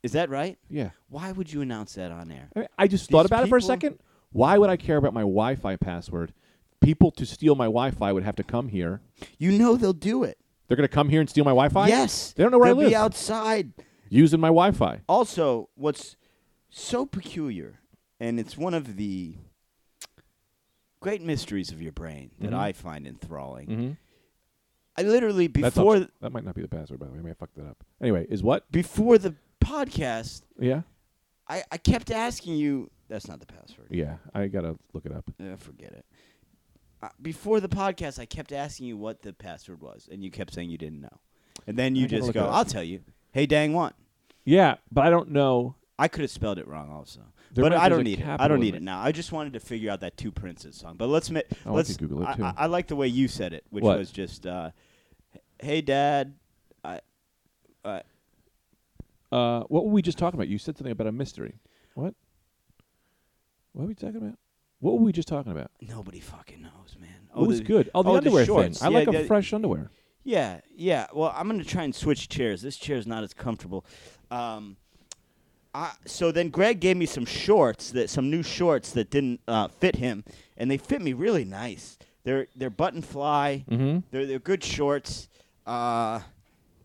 Is that right?
Yeah.
Why would you announce that on air?
I, mean, I just thought
These
about it for a
people-
second. Why would I care about my Wi-Fi password? People to steal my Wi-Fi would have to come here.
You know they'll do it.
They're going to come here and steal my Wi-Fi.
Yes.
They don't know where I
They'll
live.
Be outside.
Using my Wi-Fi.
Also, what's so peculiar, and it's one of the great mysteries of your brain that
Mm-hmm.
I find enthralling.
Mhm.
I literally
That's
before
up- that might not be the password, by the way. I may have fucked that up. Anyway, is what?
before the podcast,
Yeah.
I, I kept asking you. That's not the password.
Yeah. I gotta look it up.
Uh, forget it. Uh, before the podcast, I kept asking you what the password was, and you kept saying you didn't know. And then you
I gotta
just
look
go,
it up.
"I'll tell you." Hey, dang one.
Yeah, but I don't know.
I could have spelled it wrong also.
There
but
might-
I
there's a
don't need it. I
capital
don't
in
need
it.
it now. I just wanted to figure out that Two Princes song. But let's make
Oh, I
let's
could Google it,
I-
too.
I, I like the way you said it, which
What?
was just uh, hey dad, I uh,
Uh, what were we just talking about? You said something about a mystery. What? What were we talking about? What were we just talking about?
nobody fucking knows, man.
it was
the-
good. Oh, the
oh, the
underwear thing.
shorts.
I
Yeah,
like a
yeah.
fresh underwear.
Yeah, yeah. Well, I'm gonna try and switch chairs. This chair's not as comfortable. Um, I, so then Greg gave me some shorts that some new shorts that didn't uh, fit him, and they fit me really nice. They're they're button fly.
Mm-hmm.
They're they're good shorts. Uh,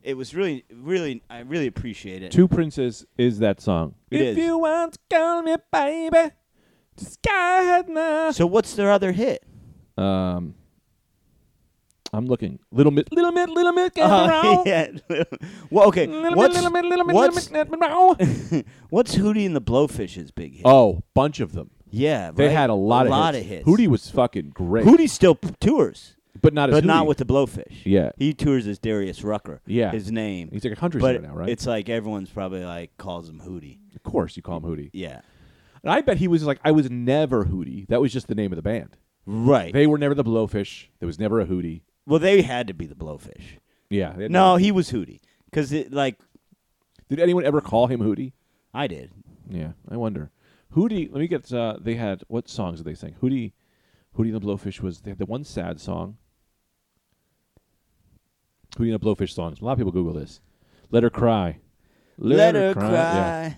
it was really really I really appreciate it.
Two Princes is that song.
It
if
is.
you want to call me baby, just go ahead now.
So what's their other hit?
Um, I'm looking. Little Miss, Little Miss, Little Miss, get
Uh, yeah. well, okay.
Little Miss,
what's
Little Miss, Little Miss, Little
what's,
Miss, Little Miss, Little Miss.
what's Hootie and the Blowfish's big hit?
Oh, bunch of them.
yeah,
They
right?
had a lot
a
of
lot
hits.
of
Hootie
hits.
was fucking great,
Hootie still p- tours.
but not as
but not
Hootie.
with the blowfish.
Yeah.
he tours as Darius Rucker.
Yeah.
his name.
He's like a country
but
singer now, right?
it's like everyone's probably like calls him Hootie.
of course, you call him Hootie.
Yeah,
And I bet he was like, I was never Hootie. That was just the name of the band.
right.
They were never the Blowfish. There was never a Hootie.
well, they had to be the blowfish.
Yeah. they had-
No, he was Hootie because like
Did anyone ever call him Hootie?
I did.
Yeah, I wonder. Hootie. Let me get. Uh, they had what songs did they sing? Hootie, Hootie and the Blowfish was they had the one sad song. Hootie and the Blowfish songs. A lot of people Google this. Let her cry.
Let, her cry.
Yeah.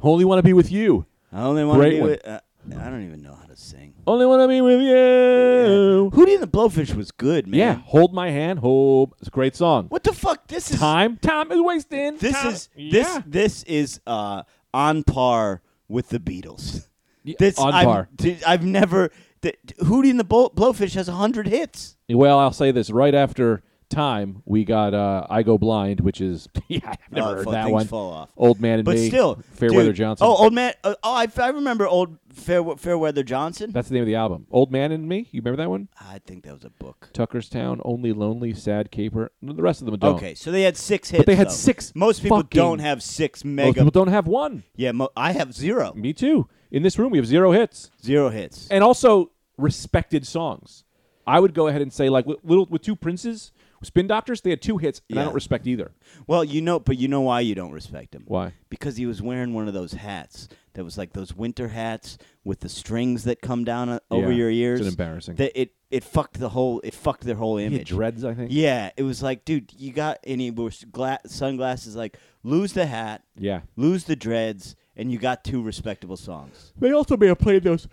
Only want to be with you.
I only want to
Great
be
one.
with. Uh, I don't even know how to sing.
Only want to be with you.
Hootie and the Blowfish was good, man.
Yeah. Hold my hand. Hold. It's a great song.
What the fuck? This is
Time. Time is wasting.
this
Time-
is this
Yeah.
this is uh, on par with the Beatles.
Yeah,
This
on
I've,
par.
d- I've never. D- d- Hootie and the Blow- Blowfish has hundred hits.
Well, I'll say this: right after time, we got uh, "I Go Blind," which is yeah, I've never
Uh,
heard
fu-
that
things
one.
fall off.
Old man and
But
me.
still,
Fairweather
dude-
Johnson.
Oh, old man. Uh, oh, I, I remember old Fair, Fairweather Johnson.
that's the name of the album. "Old Man and Me." You remember that one?
I think that was a book.
Tuckerstown, only lonely, sad caper. No, The rest of them don't.
Okay, so they had six hits.
But they had
though.
six
Most people
fucking-
don't have six
Most
mega.
people don't have one.
yeah, mo- I have zero.
Me too. In this room, we have zero hits,
Zero hits.
and also respected songs. I would go ahead and say, like with, little with two princes, Spin Doctors, they had two hits, and I
Yeah.
don't respect either.
Well, you know, but you know why you don't respect him?
Why?
Because he was wearing one of those hats that was like those winter hats with the strings that come down uh, over
Yeah,
your ears.
It's an embarrassing.
That it it fucked the whole it fucked their whole
He had
image.
dreads, I think.
yeah, it was like, dude, you got any gla- sunglasses? Like, lose the hat,
yeah.
lose the dreads, and you got two respectable songs.
They also may have played those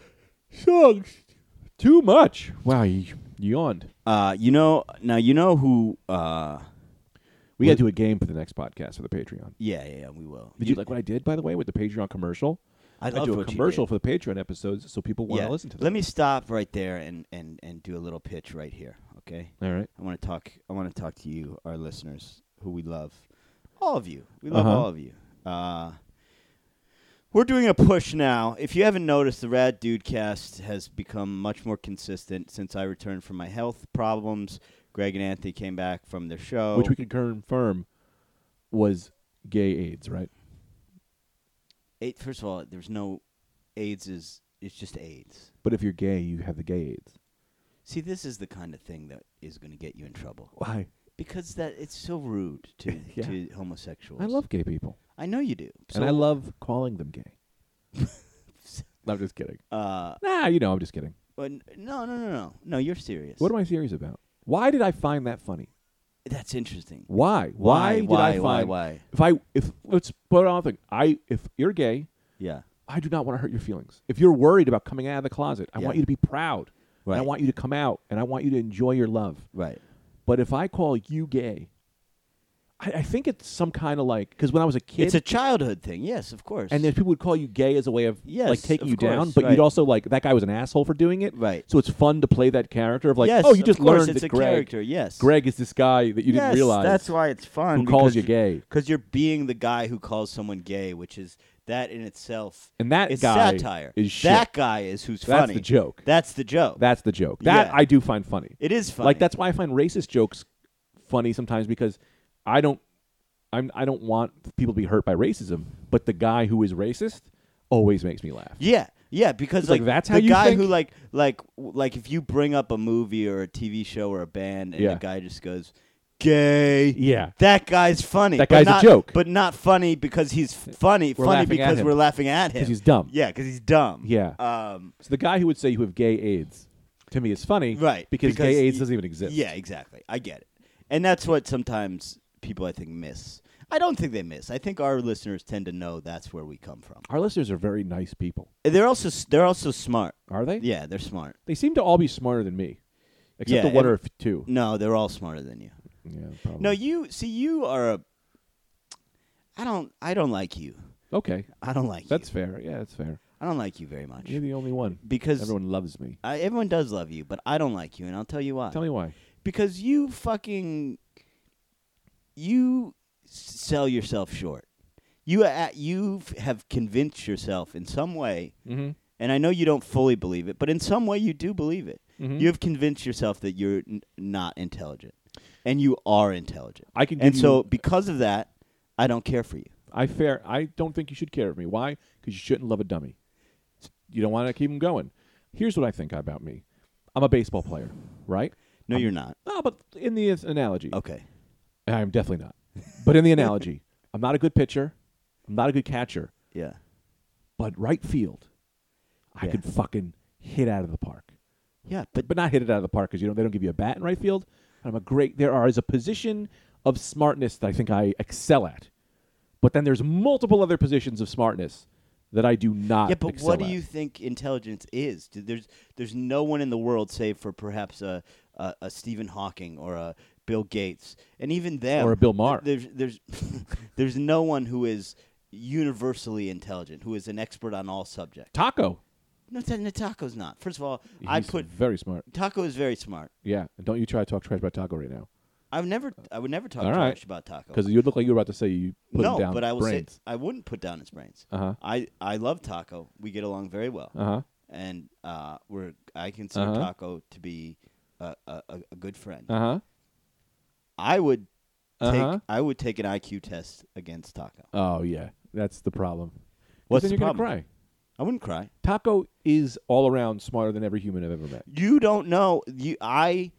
Shucks. Too much. Wow, you yawned.
Uh, you know now you know who. Uh,
We got to do a game for the next podcast for the Patreon.
yeah, yeah, yeah, we will.
Did you like what I did, by the way, with the Patreon commercial?
I
I
love
do a
what you
commercial
did.
for the Patreon episodes so people want
Yeah.
to listen to them.
Let me stop right there and and and do a little pitch right here. Okay,
All right.
I want to talk. I want to talk to you, our listeners, who we love, all of you. We love
Uh-huh.
all of you. Uh, we're doing a push now. If you haven't noticed, the Rad Dude Cast has become much more consistent since I returned from my health problems. Greg and Anthony came back from their show.
Which we can confirm was gay AIDS, right?
Eight- first of all, there's no AIDS. Is it's just AIDS.
But if you're gay, you have the gay AIDS.
See, this is the kind of thing that is going to get you in trouble.
Why?
Because that it's so rude to
Yeah.
to homosexuals.
I love gay people.
I know you do. So,
and I love calling them gay. I'm just kidding.
Uh,
Nah, you know, I'm just kidding.
but n- no, no, no, no, no. You're serious.
What am I serious about? Why did I find that funny?
That's interesting.
Why? Why, did
Why?
I
Why?
find
Why?
if I if let's put on a thing. I if you're gay,
Yeah.
I do not want to hurt your feelings. If you're worried about coming out of the closet, I
Yeah.
want you to be proud. And I
Right.
want you to come out and I want you to enjoy your love.
Right.
But if I call you gay, I, I think it's some kind of like because when I was a kid,
It's a childhood thing. Yes, of course.
and then people would call you gay as a way of
Yes,
like taking
of
you down,
course,
but
right.
you'd also like that guy was an asshole for doing it.
Right.
So it's fun to play that character of like,
yes,
oh, you
of
just
course
learned
it's
that
a
Greg,
character. Yes.
Greg is this guy that you
Yes,
didn't realize.
That's why it's fun.
who calls
because
you gay.
Because you're being the guy who calls someone gay, which is that in itself.
And that
is
guy
satire.
is shit.
that guy is who's
That's
funny.
the joke.
That's the joke.
That's the joke. That
Yeah.
I do find funny.
it is funny.
Like that's why I find racist jokes funny sometimes because I don't I'm I don't want people to be hurt by racism, but the guy who is racist always makes me laugh.
Yeah, yeah, because
It's
like,
like, that's how
the
you
guy
think?
who like like like if you bring up a movie or a TV show or a band and
Yeah.
the guy just goes gay,
Yeah.
that guy's funny.
That
but
guy's a
not-
joke.
but not funny because he's f- funny.
We're
funny
laughing at
because
him.
we're laughing at him
'Cause he's dumb.
Yeah, because he's dumb.
Yeah.
Um.
So the guy who would say you have gay AIDS to me is funny,
Right,
Because,
because
gay AIDS
y-
doesn't even exist.
Yeah. Exactly. I get it, and that's what sometimes people I think miss. I don't think they miss. I think our listeners tend to know that's where we come from.
Our listeners are very nice people,
They're also s- they're also smart.
are they?
Yeah, they're smart.
They seem to all be smarter than me, except
Yeah,
the one
ev-
or f- two.
No, they're all smarter than you.
Yeah, probably.
No, you see, you are a. I don't. I don't like you.
okay,
I don't like
that's
you.
fair. Yeah, that's fair.
I don't like you very much
You're the only one
because
everyone loves me.
I, everyone does love you, but I don't like you, and I'll tell you why.
Tell me why.
Because you fucking. You s- sell yourself short. You a you f- have convinced yourself in some way,
Mm-hmm.
and I know you don't fully believe it, but in some way you do believe it.
Mhm.
You have convinced yourself that you're n- not intelligent, and you are intelligent.
I can. Give
And
you-
so, because of that, I don't care for you.
I fair. I don't think you should care of me. Why? Because you shouldn't love a dummy. You don't want to keep him going. Here's what I think about me. I'm a baseball player, right?
No, you're not.
No, but in the analogy,
Okay.
I'm definitely not. But in the analogy, I'm not a good pitcher. I'm not a good catcher.
Yeah.
But right field, I
Yeah.
could fucking hit out of the park.
Yeah, but
But not hit it out of the park because you know they don't give you a bat in right field. I'm a great. There are is a position of smartness that I think I excel at. But then there's multiple other positions of smartness that I do not.
yeah, but
excel
what do
at.
you think intelligence is? Do- There's there's no one in the world save for perhaps a a, a Stephen Hawking or a Bill Gates, and even them
Or a Bill
th-
Maher.
There's there's there's no one who is universally intelligent, who is an expert on all subjects.
Taco.
No, Ta- no, Taco's not. First of all, I
He's
put
very smart.
Taco is very smart.
Yeah, and don't you try to talk trash about Taco right now
I would never I would never talk
All right.
trash about Taco.
because you look like you were about to say you put
Oh. no,
him down.
but I will
brains.
say I wouldn't put down his brains.
Uh huh.
I I love Taco. We get along very well.
Uh huh.
and uh, we're I consider
Uh-huh.
Taco to be a, a, a a good friend.
Uh huh.
I would take
Uh-huh.
I would take an IQ test against Taco.
Oh yeah, that's the problem. 'Cause
What's
then
the
you're gonna
problem?
cry.
I wouldn't cry.
Taco is all around smarter than every human I've ever met.
You don't know. You I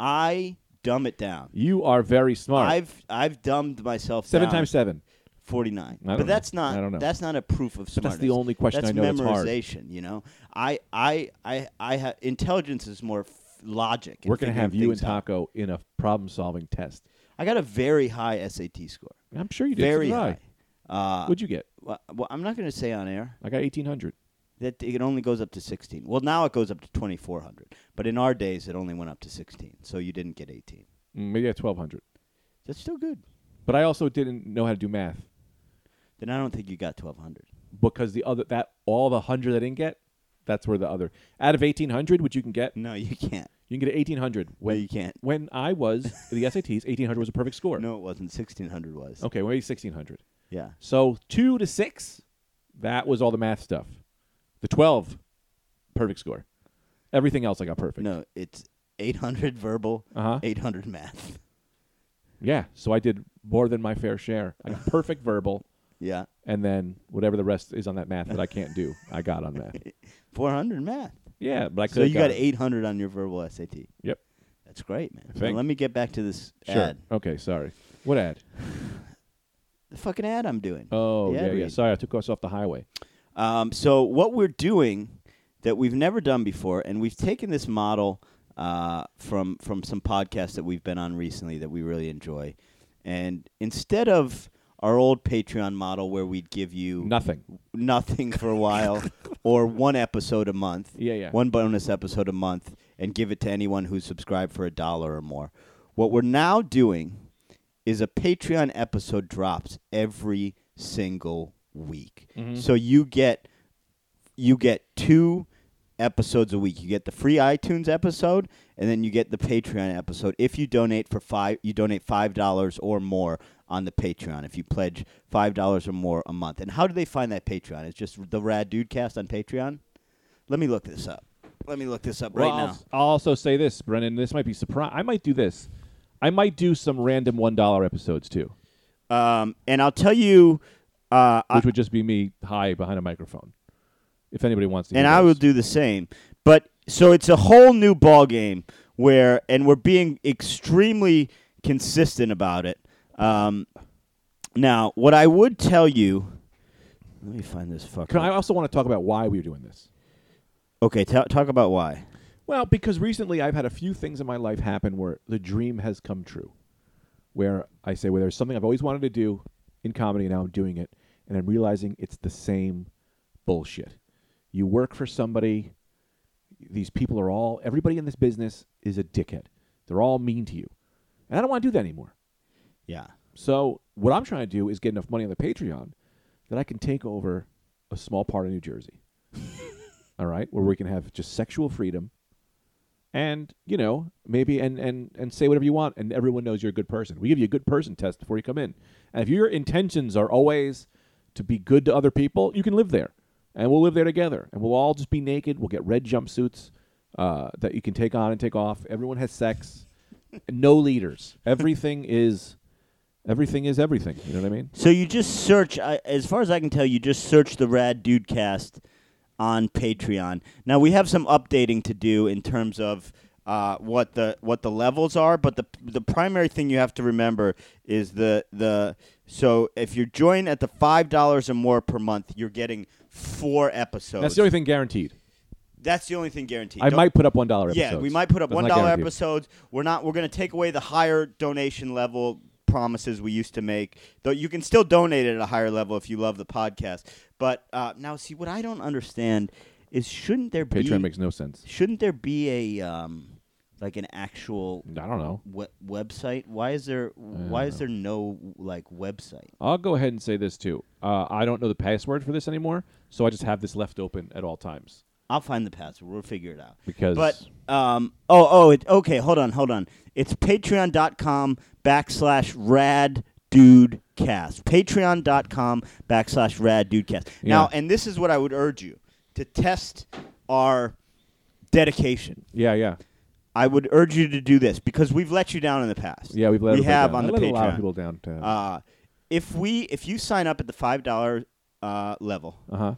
I dumb it down.
You are very smart.
I've I've dumbed myself
seven
down.
times seven.
forty nine.
I don't
But
know.
that's not
I don't know.
that's not a proof of
But
smartness.
that's the only question
that's
I know that's hard.
memorization. You know, I I I I ha- intelligence is more f- logic. and
We're gonna
figuring
have you and
things out.
Taco in a problem-solving test.
I got a very high SAT score.
I'm sure you did. so
Very
did I.
high. Uh,
What'd you get?
Well, well, I'm not going to say on air.
I got eighteen hundred.
That it only goes up to sixteen. Well, now it goes up to twenty four hundred, but in our days it only went up to sixteen, so you didn't get eighteen.
Mm, Maybe at 1200.
That's still good.
But I also didn't know how to do math
Then I don't think you got twelve hundred.
because the other that all the 100 I didn't get, that's where the other out of 1800 which you can get,
No, you can't.
you can get 1800
Well,
when
you can't.
when I was the SATs, 1800 was a perfect score.
No, it wasn't. Sixteen hundred was.
Okay, well, maybe 1600.
Yeah.
So two to six, that was all the math stuff. The twelve, perfect score. Everything else I got perfect.
No, it's eight hundred verbal,
Uh-huh.
eight hundred math.
Yeah. So I did more than my fair share. I got perfect verbal,
Yeah.
and then whatever the rest is on that math that I can't do, I got on math.
Four hundred math.
Yeah, but I could.
So you got eight hundred on your verbal SAT.
Yep.
That's great, man.
think.
Now let me get back to this
Sure.
ad.
Okay. Sorry. What ad?
The fucking ad I'm doing.
Oh
The
yeah,
ad
yeah.
read.
Sorry, I took us off the highway.
Um, so what we're doing that we've never done before, and we've taken this model uh, from from some podcasts that we've been on recently that we really enjoy, and instead of our old Patreon model where we'd give you
Nothing.
nothing for a while or one episode a month,
Yeah, yeah.
one bonus episode a month, and give it to anyone who's subscribed for a dollar or more. What we're now doing is a Patreon episode drops every single week.
Mm-hmm.
So you get you get two episodes a week. You get the free iTunes episode, and then you get the Patreon episode. If you donate for five, you donate five dollars or more on the Patreon. If you pledge five dollars or more a month, and how do they find that Patreon? It's just the Rad Dude Cast on Patreon. Let me look this up. Let me look this up right
Well, I'll,
now.
I'll also say this, Brennan. This might be surprise. I might do this. I might do some random one dollar episodes too,
Um, and I'll tell you. Uh, I-
which would just be me high behind a microphone. If anybody wants to,
and
hear
I
those.
will do the same. But so it's a whole new ball game where, and we're being extremely consistent about it. Um, now, what I would tell you, let me find this fucker.
Can I also want to talk about why we are doing this?
okay, ta- talk about why.
Well, because recently I've had a few things in my life happen where the dream has come true. Where I say, well, there's something I've always wanted to do in comedy, and now I'm doing it, and I'm realizing it's the same bullshit. You work for somebody, these people are all, everybody in this business is a dickhead. They're all mean to you. And I don't want to do that anymore.
Yeah,
So what I'm trying to do is get enough money on the Patreon that I can take over a small part of New Jersey. All right, where
Mm-hmm.
we can have just sexual freedom, and you know maybe and and and say whatever you want, and everyone knows you're a good person. We give you a good person test before you come in, and if your intentions are always to be good to other people, you can live there, and we'll live there together, and we'll all just be naked. We'll get red jumpsuits uh, that you can take on and take off. Everyone has sex, no leaders. Everything is everything is everything. You know what I mean?
So you just search, I, as far as I can tell, you just search the Rad Dude Cast on Patreon. Now we have some updating to do in terms of uh, what the what the levels are, but the the primary thing you have to remember is the the so if you join at the five dollars or more per month, you're getting four episodes.
That's the only thing guaranteed.
That's the only thing guaranteed.
I
Don't-
might put up one dollar.
yeah, we might put up
That's
one
not
dollar
guaranteed.
episodes. We're not. We're gonna take away the higher donation level promises we used to make. Though you can still donate at a higher level if you love the podcast. But uh, now, see, what I don't understand is shouldn't there be
Patreon makes no sense.
shouldn't there be a um, like an actual
I don't know.
we- website? Why is there why is there no like website?
I'll go ahead and say this too. Uh, I don't know the password for this anymore, so I just have this left open at all times.
I'll find the password. We'll figure it out.
Because-
But um oh oh it, okay, hold on, hold on. It's patreon.com backslash rad dude cast. Patreon.com backslash rad dude cast. Now
Yeah.
and this is what I would urge you to test our dedication.
Yeah, yeah,
I would urge you to do this because we've let you down in the past.
yeah. We've let
we
everybody
have
down.
on
I
the
let
Patreon.
a lot of people down. Uh
Uh, if we if you sign up at the five dollar uh, level
huh.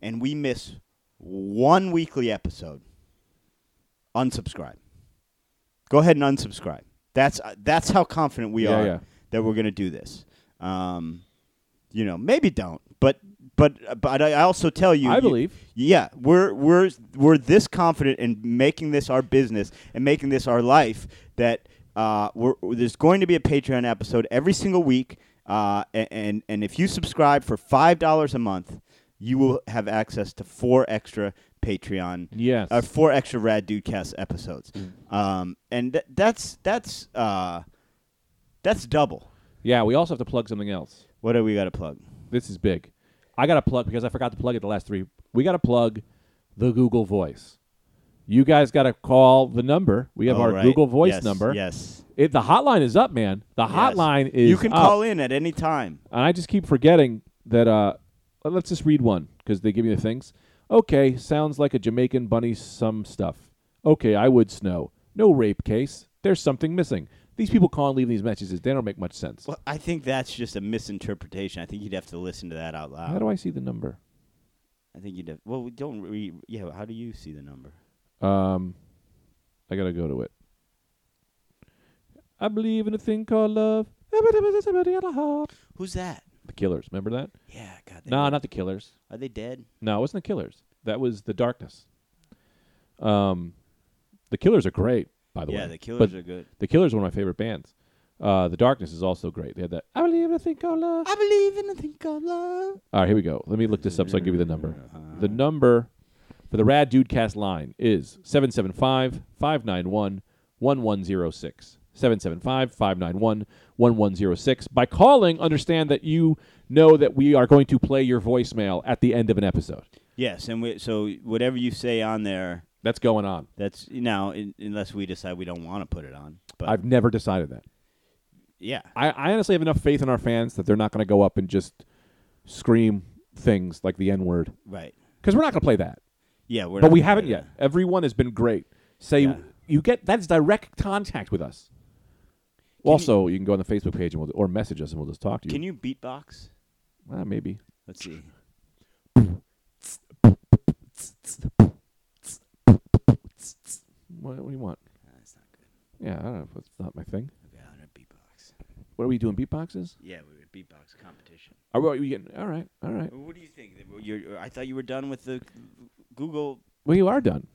and we miss one weekly episode, unsubscribe. Go ahead and unsubscribe. That's uh, that's how confident we
Yeah,
are
yeah.
that we're going to do this. Um, you know, maybe don't, but but uh, but I also tell you,
I
you-
believe.
yeah, we're we're we're this confident in making this our business and making this our life that uh, we're, there's going to be a Patreon episode every single week. Uh, a- and and if you subscribe for five dollars a month, you will have access to four extra Patreon
Yes. Mm.
uh, four extra Rad Dudecast episodes. Um, and th- that's that's uh, that's double.
yeah, we also have to plug something else.
What do we got to plug?
This is big. I got to plug because I forgot to plug it the last three. We got to plug the Google Voice. You guys got to call the number. We have
All
our
right.
Google Voice
Yes,
number.
Yes.
It, the hotline is up, man. The hotline is
You can
up.
call in at any time.
and I just keep forgetting that. Uh, let- let's just read one because they give me the things. Okay, sounds like a Jamaican bunny. Some stuff. Okay, I would snow. No rape case. There's something missing. These people call and leave these messages. They don't make much sense.
Well, I think that's just a misinterpretation. I think you'd have to listen to that out
How
loud.
do I see the number?
I think you'd have. Well, we don't. Re- yeah. How do you see the number?
Um, I gotta go to it. I believe in a thing called love. The
Who's that?
Killers, remember that?
Yeah. God. they
No,
were-
not the Killers.
Are they dead?
No, it wasn't the Killers. That was the Darkness. Um, the Killers are great, by the way.
yeah. The killers
but
are good.
the Killers are one of my favorite bands. Uh, the Darkness is also great. They had that. I believe in a thing called love.
I believe in a thing called love.
All right, here we go. Let me look this up so I can give you the number. The number for the Rad Dude Cast line is 775 591 1106. 775 591 1106. By calling, understand that you know that we are going to play your voicemail at the end of an episode.
Yes, and we, so whatever you say on there,
That's going on.
that's now in, unless we decide we don't want to put it on. But
I've never decided that.
yeah.
I, I honestly have enough faith in our fans that they're not going to go up and just scream things like the N word.
Right.
Because we're not going to play that.
Yeah, we're
but
not
we
gonna
haven't
play
yet.
that.
Everyone has been great. Say
Yeah.
you get that's direct contact with us. also, you, can go on the Facebook page and we'll, or message us and we'll just talk to you.
Can you beatbox?
Ah, maybe.
Let's see.
What, what do you want?
That's not good.
Yeah, I don't know. That's not my thing.
Okay, I'm gonna beatbox.
What are we doing? Beatboxes?
Yeah, we were beatbox competition.
Are we, are we getting? All right, all right.
What do you think? You're, I thought you were done with the Google.
Well, you are done.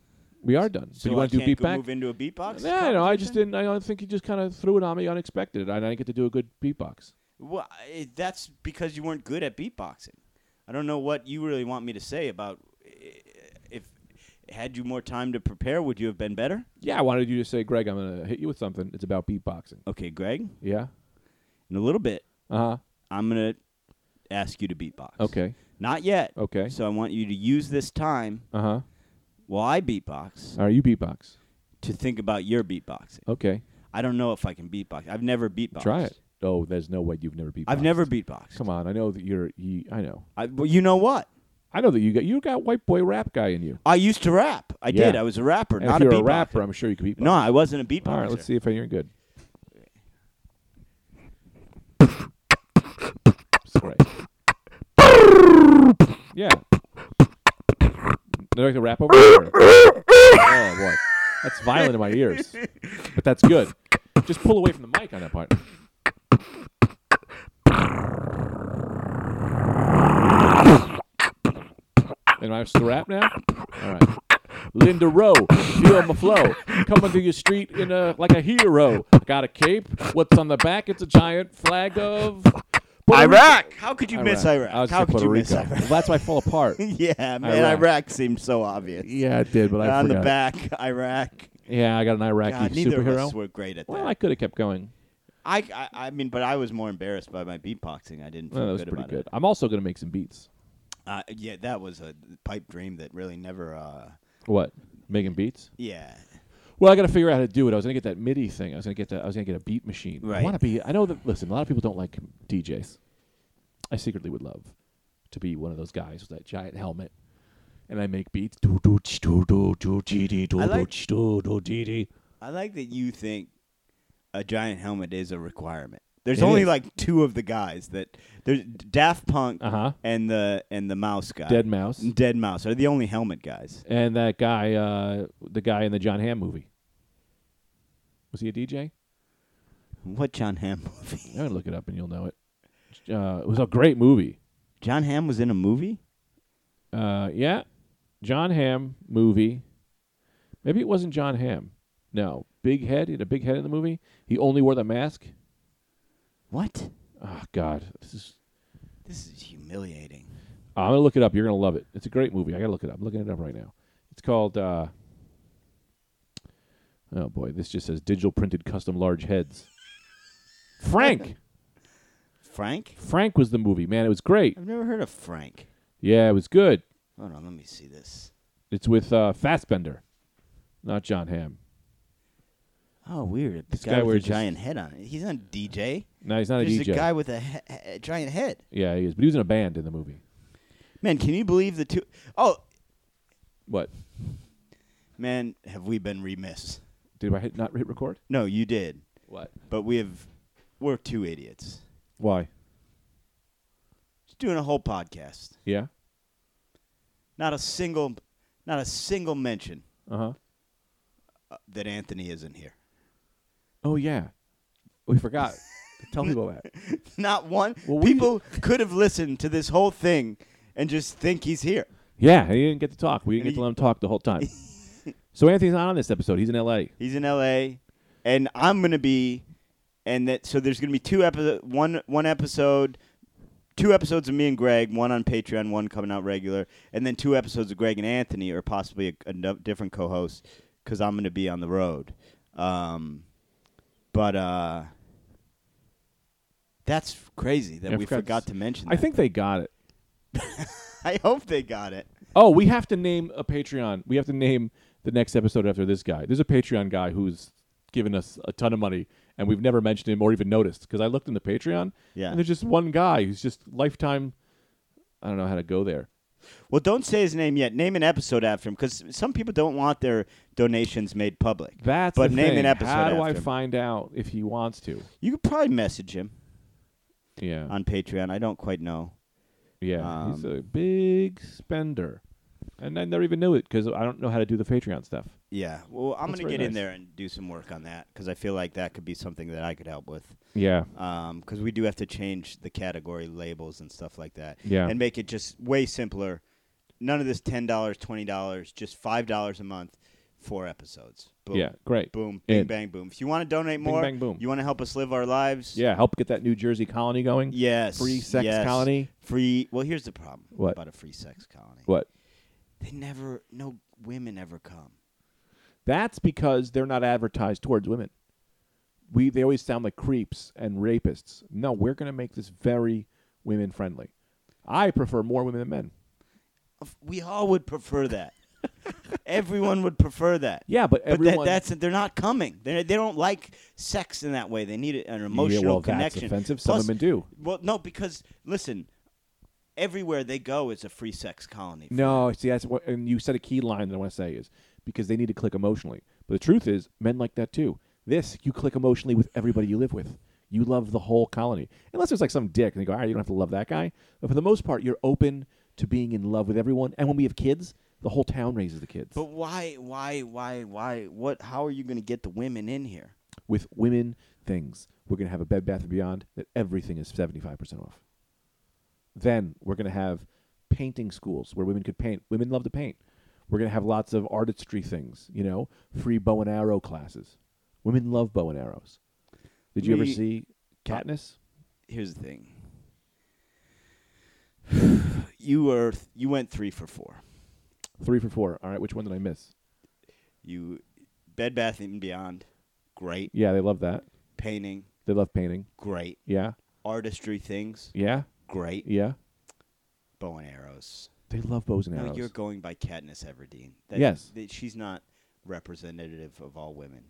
We are done.
So
you want to do
can't go
beatbox?
Move into a beatbox?
Yeah, no, I just
competition?
didn't. I don't think you just kind of threw it on me unexpected, and I didn't get to do a good beatbox.
Well, I- that's because you weren't good at beatboxing. I don't know what you really want me to say about i- if had you more time to prepare, would you have been better?
Yeah, I wanted you to say, Greg, I'm gonna hit you with something. It's about beatboxing.
Okay, Greg.
Yeah.
In a little bit,
Uh huh.
I'm gonna ask you to beatbox.
Okay.
Not yet.
Okay.
So I want you to use this time
Uh huh.
while I beatbox
All right, you beatbox.
to think about your beatboxing.
Okay.
I don't know if I can beatbox. I've never beatboxed.
Try it. Oh, there's no way you've never beatboxed.
I've never beatboxed.
Come on, I know that you're. You, I know.
I, well, you know what?
I know that you got you got white boy rap guy in you.
I used to rap. I did.
Yeah.
I was a rapper,
And
not
if you're
a
a,
beatboxer.
rapper, I'm sure you could beatbox.
No, I wasn't a beatboxer.
All right, let's see if you're good. It's great. Yeah. Do I have to rap over it? or- Oh boy, that's violent in my ears, but that's good. Just pull away from the mic on that part. And I have to rap now. All right. Linda Rowe, feel my flow. Coming through your street in a like a hero. Got a cape. What's on the back? It's a giant flag of Puerto Rico.
Iraq. How could you miss Iraq?
I was
How
gonna say
could
Puerto
you miss
Rico.
Iraq?
Well, that's why I fall apart.
yeah, man,
Iraq.
Iraq, seems so obvious.
yeah, I did, but I
On the
forgot.
back, Iraq.
Yeah, I got an Iraqi
God, neither of us
superhero.
were great at
Well, I
that.
could have kept going.
I, I, I mean, but I was more embarrassed by my beatboxing. I didn't feel
Well, that was
good
pretty
about
good.
it.
I'm also gonna make some beats.
Uh, yeah, that was a pipe dream that really never. Uh,
What? Making beats?
yeah,
Well, I got to figure out how to do it. I was gonna get that MIDI thing. I was gonna get that. I was gonna get a beat machine. I
Right.
want to be. I know that. Listen, a lot of people don't like DJs. I secretly would love to be one of those guys with that giant helmet, and I make beats. Do do ch, do do do dee dee do
I
do
like-
ch, do do dee dee.
I like that you think a giant helmet is a requirement. There's
It
only
is.
like two of the guys that there's Daft Punk
Uh-huh.
and the and the mouse guy.
Dead mouse.
Dead Mouse are the only helmet guys.
And that guy, uh, the guy in the John Hamm movie. Was he a DJ?
What John Hamm movie?
I'm gonna look it up and you'll know it. Uh, it was a great movie.
John Hamm was in a movie.
Uh, yeah, John Hamm movie. Maybe it wasn't John Hamm. No, big head. He had a big head in the movie. He only wore the mask.
What?
Oh God, this is.
This is humiliating.
I'm gonna look it up. You're gonna love it. It's a great movie. I gotta look it up. I'm looking it up right now. It's called. Uh, oh boy, this just says digital printed custom large heads. Frank.
Frank?
Frank was the movie. Man, it was great.
I've never heard of Frank.
Yeah, it was good.
Hold on, let me see this.
It's with uh, Fassbender, not John Hamm.
Oh, weird. This
guy
guy, with
wears this-
a giant head on it. He's not a DJ.
No, he's not
There's
a DJ.
a guy with a, he- a giant head.
Yeah, he is. But he was in a band in the movie.
Man, can you believe the two Oh,
What?
man, have we been remiss?
Did I hit, not hit record?
No, you did.
What?
But we have we're two idiots.
Why?
Just doing a whole podcast.
Yeah.
Not a single not a single mention
Uh huh.
uh, that Anthony isn't here.
Oh yeah. We forgot. Tell people that.
Not one.
Well, we-
People could have listened to this whole thing and just think he's here.
Yeah, he didn't get to talk. We didn't
And
get to
he-
let him talk the whole time. so Anthony's not on this episode. He's in L.A.
He's in LA, and I'm gonna be, and that so there's gonna be two episode one one episode, two episodes of me and Greg, one on Patreon, one coming out regular, and then two episodes of Greg and Anthony, or possibly a, a no- different co-host, because I'm gonna be on the road. Um, but uh, that's crazy that
Yeah, I
we
forgot
forgot
this.
to mention.
I
that.
think they got it.
I hope they got it.
Oh, we have to name a Patreon. We have to name the next episode after this guy. There's a Patreon guy who's given us a ton of money, and we've never mentioned him or even noticed because I looked in the Patreon.
Yeah.
And there's just one guy who's just lifetime. I don't know how to go there.
Well, don't say his name yet. Name an episode after him, because some people don't want their donations made public.
That's
but
the
name
thing.
an episode.
How do
after
I
him.
find out if he wants to?
You could probably message him
Yeah.
on Patreon. I don't quite know.
Yeah, he's
Uh, Um,
a big spender, and I never even knew it because I don't know how to do the Patreon stuff.
Yeah. Well,
That's
I'm going to
very
get in
nice.
there and do some work on that because I feel like that could be something that I could help with.
Yeah,
Because we do have to change the category labels and stuff like that.
Yeah.
And make it just way simpler. None of this $10, $20, just $5 a month, four episodes. Boom.
yeah, great.
Boom, bing,
And-
bang, boom. If you want to donate more,
bang, boom.
you want to help us live our lives.
Yeah, help get that New Jersey colony going.
Yes.
Free sex
yes.
colony.
Free. Well, here's the problem
What?
about a free sex colony.
What?
They never, no women ever come.
That's because they're not advertised towards women. We they always sound like creeps and rapists. No, we're gonna make this very women friendly. I prefer more women than men.
Of- We all would prefer that. Everyone would prefer that.
Yeah, but
But
everyone
that, that's they're not coming. They they don't like sex in that way. They need an
yeah,
emotional
well,
connection.
That's offensive. Some
Plus-
women do.
Well, no, because listen, everywhere they go is a free sex colony.
No, see, that's what, and you said a key line that I want to say is because they need to click emotionally. But the truth is, men like that too. This, you click emotionally with everybody you live with. You love the whole colony. Unless there's like some dick and they go, all right, you don't have to love that guy. But for the most part, you're open to being in love with everyone. And when we have kids, the whole town raises the kids
But why, why, why, why? What? How are you going to get the women in here?
with women things. We're going to have a Bed Bath and Beyond that everything is 75% off. Then we're going to have painting schools where women could paint. Women love to paint. We're going to have lots of artistry things, you know, free bow and arrow classes. Women love bow and arrows. Did you ever
We-
see Katniss?
Here's the thing. You were you went three for four.
Three for four. All right, which one did I miss?
You Bed Bath and Beyond, great.
Yeah, they love that.
Painting,
They love painting.
great.
Yeah,
Artistry things,
yeah,
great.
yeah.
Bow and arrows.
They love bows and
No,
arrows.
you're going by Katniss Everdeen.
Yes.
that she's not representative of all women.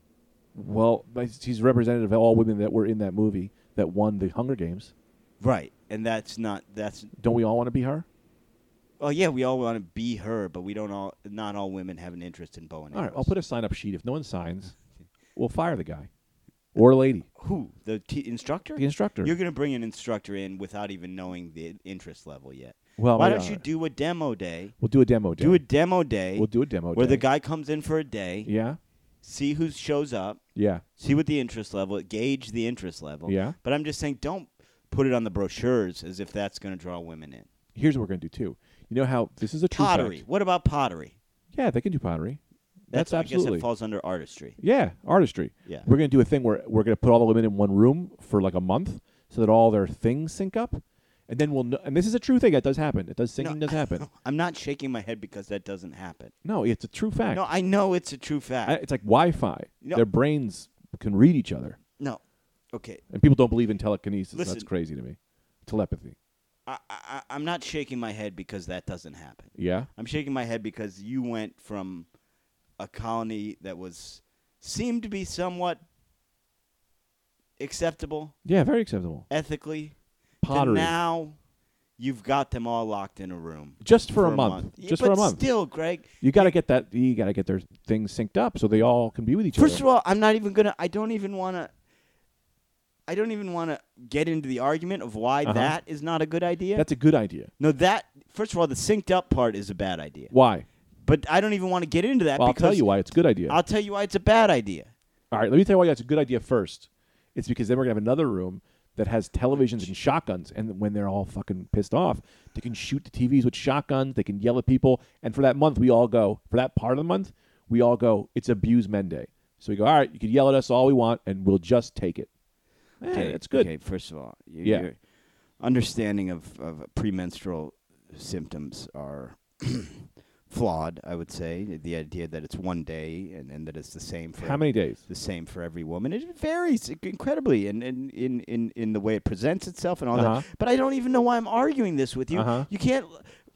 well, but she's representative of all women that were in that movie that won the Hunger Games.
Right, and that's not that's.
Don't we all want to be her?
Oh yeah, we all want to be her, but we don't all. Not all women have an interest in bow and
All
arrows.
right, I'll put a sign up sheet. If no one signs, we'll fire the guy or lady,
Who the t- instructor?
the instructor.
You're going to bring an instructor in without even knowing the interest level yet.
Well,
Why
yeah,
don't you do a demo day?
We'll do a demo day.
Do a demo day
we'll do a demo
where
day.
the guy comes in for a day,
Yeah,
see who shows up,
yeah,
see what the interest level, gauge the interest level.
yeah.
But I'm just saying, don't put it on the brochures as if that's going to draw women in.
Here's what we're gonna do too. You know how this is a true
Pottery.
fact.
What about pottery?
Yeah, they can do pottery. That's,
I guess
absolutely.
it falls under artistry.
yeah, artistry.
Yeah.
We're gonna do a thing where we're gonna put all the women in one room for like a month, so that all their things sync up, and then we'll know. And this is a true thing that does happen. It does singing does happen.
I'm not shaking my head because that doesn't happen.
No, it's a true fact.
No, I know it's a true fact.
I- it's like Wi-Fi.
No.
Their brains can read each other,
no. Okay.
and people don't believe in telekinesis. That's
Listen.
crazy to me. Telepathy.
I, I, I'm not shaking my head because that doesn't happen.
Yeah.
I'm shaking my head because you went from a colony that was seemed to be somewhat acceptable
Yeah. Very acceptable.
ethically
Pottery.
to now you've got them all locked in a room
Just for, a
a
month.
Yeah,
Just
but
for a month.
Still, Greg.
you got to get that. You got to get their things synced up so they all can be with each
First
other.
of all, I'm not even gonna. I don't even wanna. I don't even want to get into the argument of why
Uh-huh.
that is not a good idea.
that's a good idea.
no, that first of all, the synced up part is a bad idea.
Why?
But I don't even want to get into that
Well, I'll
because
tell you why it's a good idea.
I'll tell you why it's a bad idea.
All right, let me tell you why that's a good idea first. It's because then we're gonna have another room that has televisions and shotguns, and when they're all fucking pissed off, they can shoot the TVs with shotguns. They can yell at people, and for that month, we all go for that part of the month, we all go. It's abuse men day, so we go. All right, you can yell at us all we want, and we'll just take it. Okay, that's good.
Okay, first of all, you,
Yeah.
your understanding of, of premenstrual symptoms are flawed. I would say the idea that it's one day and, and that it's the same for
How many days?
the same for every woman. It varies incredibly in in, in, in, in the way it presents itself and all
Uh-huh.
that. But I don't even know why I'm arguing this with you.
Uh-huh.
You can't.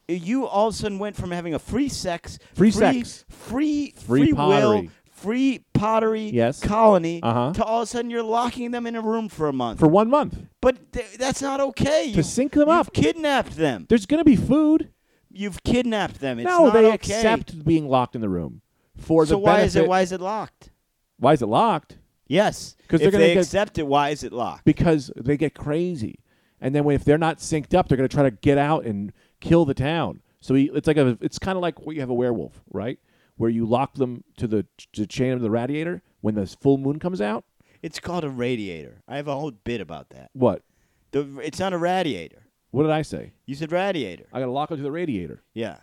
You all of a sudden went from having a free sex,
Free sex.
free,
Free
free,
pottery.
will, free pottery
Yes.
colony,
Uh-huh.
to all of a sudden you're locking them in a room for a month.
For one month,
but th- that's not okay.
to
You've,
sync them
you've
up.
kidnapped them.
There's gonna be food.
You've kidnapped them. It's
no,
not
they
okay.
accept being locked in the room for
so
the
why is it
benefit-
why is it locked?
Why is it locked?
Yes,
'Cause
if
they're gonna
they
get-
accept it, why is it locked?
because they get crazy. And then when, if they're not synced up, they're going to try to get out and kill the town. So he, it's like a, it's kind of like what you have a werewolf, right? Where you lock them to the to the chain of the radiator when the full moon comes out.
It's called a radiator. I have a whole bit about that.
What?
The, it's not a radiator.
What did I say?
You said radiator.
I got to lock them to the radiator.
Yeah.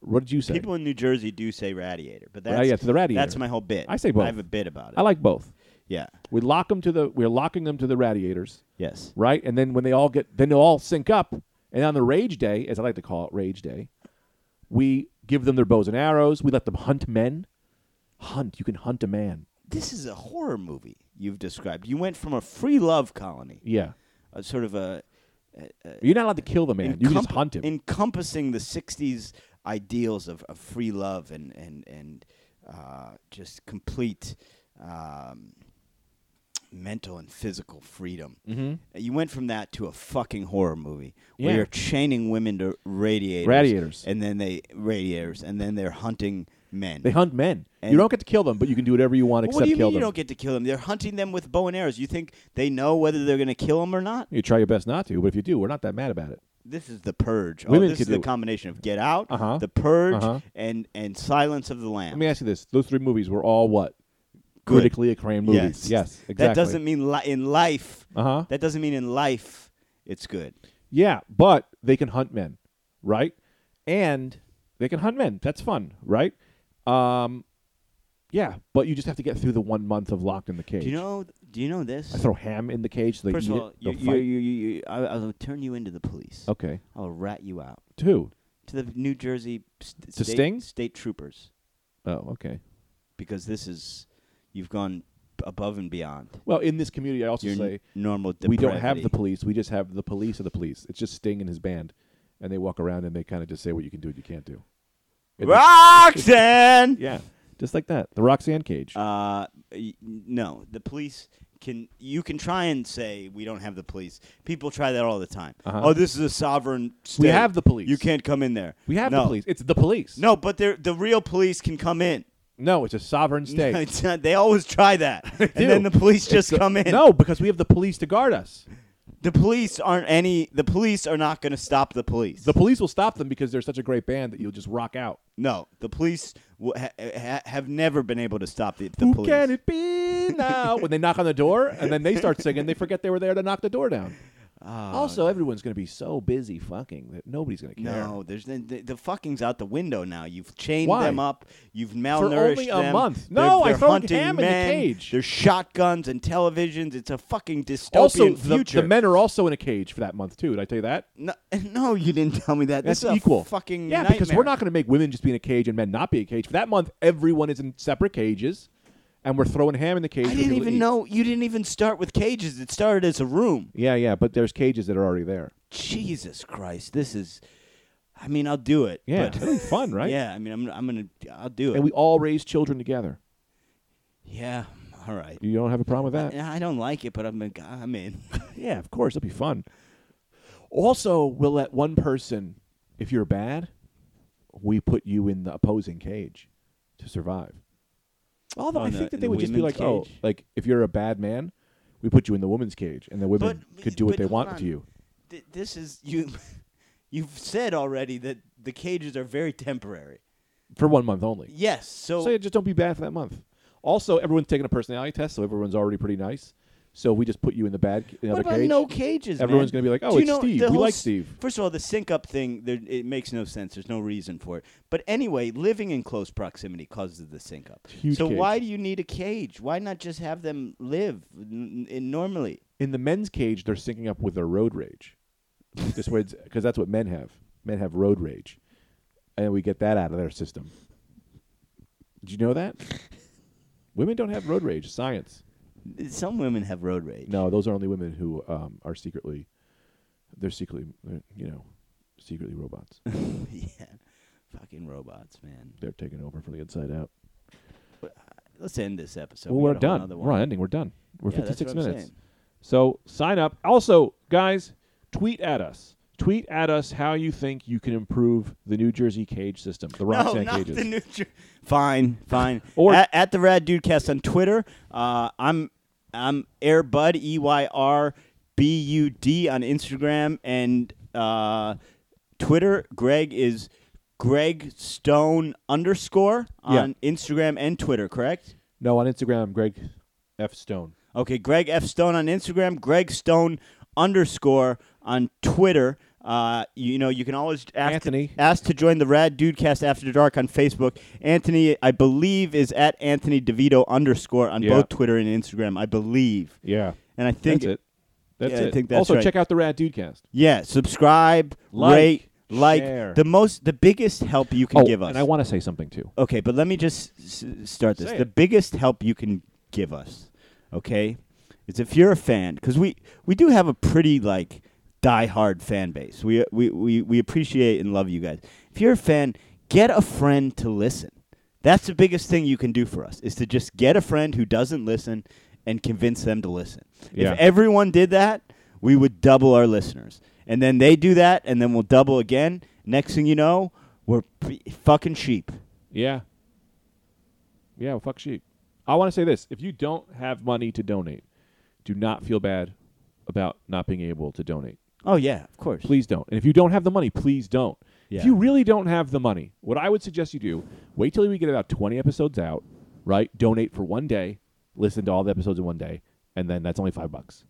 What did you say?
People in New Jersey do say radiator, but that's
Right, yeah, to the radiator.
That's my whole bit.
I say both.
I have a bit about it.
I like both.
yeah.
We lock them to the we're locking them to the radiators,
Yes.
right? And then when they all get then they all sync up. And on the rage day, as I like to call it, rage day, we give them their bows and arrows. We let them hunt men. Hunt. You can hunt a man.
This is a horror movie you've described. You went from a free love colony,
Yeah.
a sort of a Uh,
You're not allowed to kill the man. you can just
encomp-
hunt him.
encompassing the '60s ideals of, of free love and and and uh, just complete um, mental and physical freedom. Uh, You went from that to a fucking horror movie where
Mm-hmm. Yeah.
you're chaining women to radiators,
Radiators.
and then they radiators, and then they're hunting men.
they hunt men. You
And-
don't get to kill them, but you can do whatever you want
Well,
except
what do you
kill
mean you
them.
don't get to kill them? They're hunting them with bow and arrows. You think they know whether they're going to kill them or not?
you try your best not to, but if you do, we're not that mad about it.
this is the purge.
Women
oh, this
could
is
do
the
it.
combination of Get Out,
Uh-huh.
the purge,
Uh-huh.
and and Silence of the Lambs.
Let me ask you this: Those three movies were all what
Good.
critically acclaimed movies.
Yes.
yes exactly.
That doesn't mean li- in life.
Uh huh.
That doesn't mean in life it's good.
Yeah, but they can hunt men, right? And they can hunt men. That's fun, right? Um, yeah, but you just have to get through the one month of locked in the cage.
Do you know? Do you know this?
I throw ham in the cage. So they
First
eat
of all,
it,
you,
they'll
you,
fight.
you, you, you, I, I'll turn you into the police.
okay,
I'll rat you out
two.
to the New Jersey st-
To
state,
Sting?
state troopers
Oh, okay.
because this is you've gone above and beyond
Well, in this community, I also
your
say
n- normal.
we don't have the
depravity.
police. We just have the police of the police. It's just Sting and his band, and they walk around and they kind of just say what you can do and you can't do. And they-
Roxanne.
yeah, just like that. The Roxanne cage.
Uh, y- no, the police can. You can try and say we don't have the police. People try that all the time.
Uh-huh.
Oh, this is a sovereign state.
We have the police.
You can't come in there.
we have
No.
the police. It's the police.
No, but they're, the real police can come in.
no, it's a sovereign state.
It's not- they always try that,
do. uh,
and then the police just come in.
No, because we have the police to guard us.
the police aren't any. The police are not going to stop the police.
The police will stop them because they're such a great band that you'll just rock out.
no, the police w- ha- ha- have never been able to stop the, the
Who
police.
can it be now? when they knock on the door and then they start singing, they forget they were there to knock the door down.
Ah.
also, everyone's going to be so busy fucking that nobody's going to care.
No, there's the, the, the fucking's out the window now. You've chained
Why?
them up. You've malnourished
only a
them.
month.
They're-
No, I
they're
throw
hunting
ham in the
men.
cage.
There's shotguns and televisions. It's a fucking dystopian
Also, the,
future.
the men are also in a cage for that month too. Did I tell you that?
no, no, you didn't tell me that.
That's
this is a
equal.
fucking
yeah, because we're
nightmare.
not going to make women just be in a cage and men not be in a cage. For that month, everyone is in separate cages, and we're throwing ham in the cage.
I
for
didn't
people to
even
eat.
know you didn't even start with cages. It started as a room.
Yeah, yeah, but there's cages that are already there.
Jesus Christ, this is. I mean, I'll do it.
Yeah,
but-
it's really fun, right?
Yeah, I mean, I'm, I'm gonna, I'll do it.
And we all raise children together.
yeah, all right.
You don't have a problem with that?
Yeah, I don't like it, but I'm, a- I'm in.
Yeah, of course, it'll be fun. Also, we'll let one person, if you're bad, we put you in the opposing cage to survive. Although
Oh,
I
in the-
think that
in
they
the
would just be
women's
like, oh,
cage?
like if you're a bad man, we put you in the woman's cage, and the women
But-
could do what
but
they
hold
want
on.
to you.
Th- this is you. You've said already that the cages are very temporary.
for one month only.
Yes, so,
So yeah, just don't be bad for that month. Also, everyone's taking a personality test, so everyone's already pretty nice. So we just put you in the bad in
what
another
about
cage.
no cages?
Everyone's
man?
gonna be like, "Oh,
Do you
it's
know
Steve.
the
We
whole
like
s-
Steve."
First of all, the sync up thing, there, it makes no sense. There's no reason for it. But anyway, living in close proximity causes the sync up.
Huge
so
cage.
why do you need a cage? Why not just have them live n- n- normally?
in the men's cage, they're syncing up with their road rage. This way, because that's what men have. Men have road rage, and we get that out of their system. Did you know that? women don't have road rage. Science.
Some women have road rage.
No, those are only women who um, are secretly, they're secretly, they're, you know, secretly robots.
yeah, fucking robots, man. uh,
they're taking over from the inside out.
Let's end this episode.
well,
We
we're
got a whole
done.
nother
We're
one.
not ending. We're done. We're
Yeah, that's
56
what I'm
minutes.
saying.
So sign up. Also, guys, tweet at us. Tweet at us how you think you can improve the New Jersey cage system, the Roxanne
no, not
cages.
the New Jer- Fine, fine.
Or-
at, at the Rad Dude Cast on Twitter. Uh, I'm I'm Airbud E Y R B U D on Instagram and uh, Twitter. Greg is Greg Stone underscore
Yeah.
on Instagram and Twitter. Correct.
no, on Instagram, I'm Greg F. Stone.
Okay, Greg F. Stone on Instagram, Greg Stone underscore on Twitter. Uh, you know, you can always ask
Anthony.
ask to join the Rad Dudecast After Dark on Facebook. Anthony, I believe, is at Anthony DeVito underscore on
Yeah.
both Twitter and Instagram. I believe,
Yeah.
and I think
that's it. That's
yeah, I
it.
think that's
also,
right.
check out the Rad Dudecast.
Yeah, subscribe,
Like,
rate, like
share.
the most, the biggest help you can
oh,
give us.
and I want to say something too.
okay, but let me just s- start this.
Say
The
it.
biggest help you can give us, okay, is if you're a fan, because we we do have a pretty like die-hard fan base. We, we we we appreciate and love you guys. If you're a fan, get a friend to listen. That's the biggest thing you can do for us is to just get a friend who doesn't listen and convince them to listen.
Yeah.
If everyone did that, we would double our listeners. And then they do that, and then we'll double again. Next thing you know, we're p- fucking sheep.
Yeah. Yeah, well, fuck sheep. I want to say this. If you don't have money to donate, do not feel bad about not being able to donate.
Oh yeah, of course.
please don't. And if you don't have the money, please don't.
Yeah.
If you really don't have the money, what I would suggest you do, wait till we get about 20 episodes out, right? Donate for one day, listen to all the episodes in one day, and then that's only 5 bucks.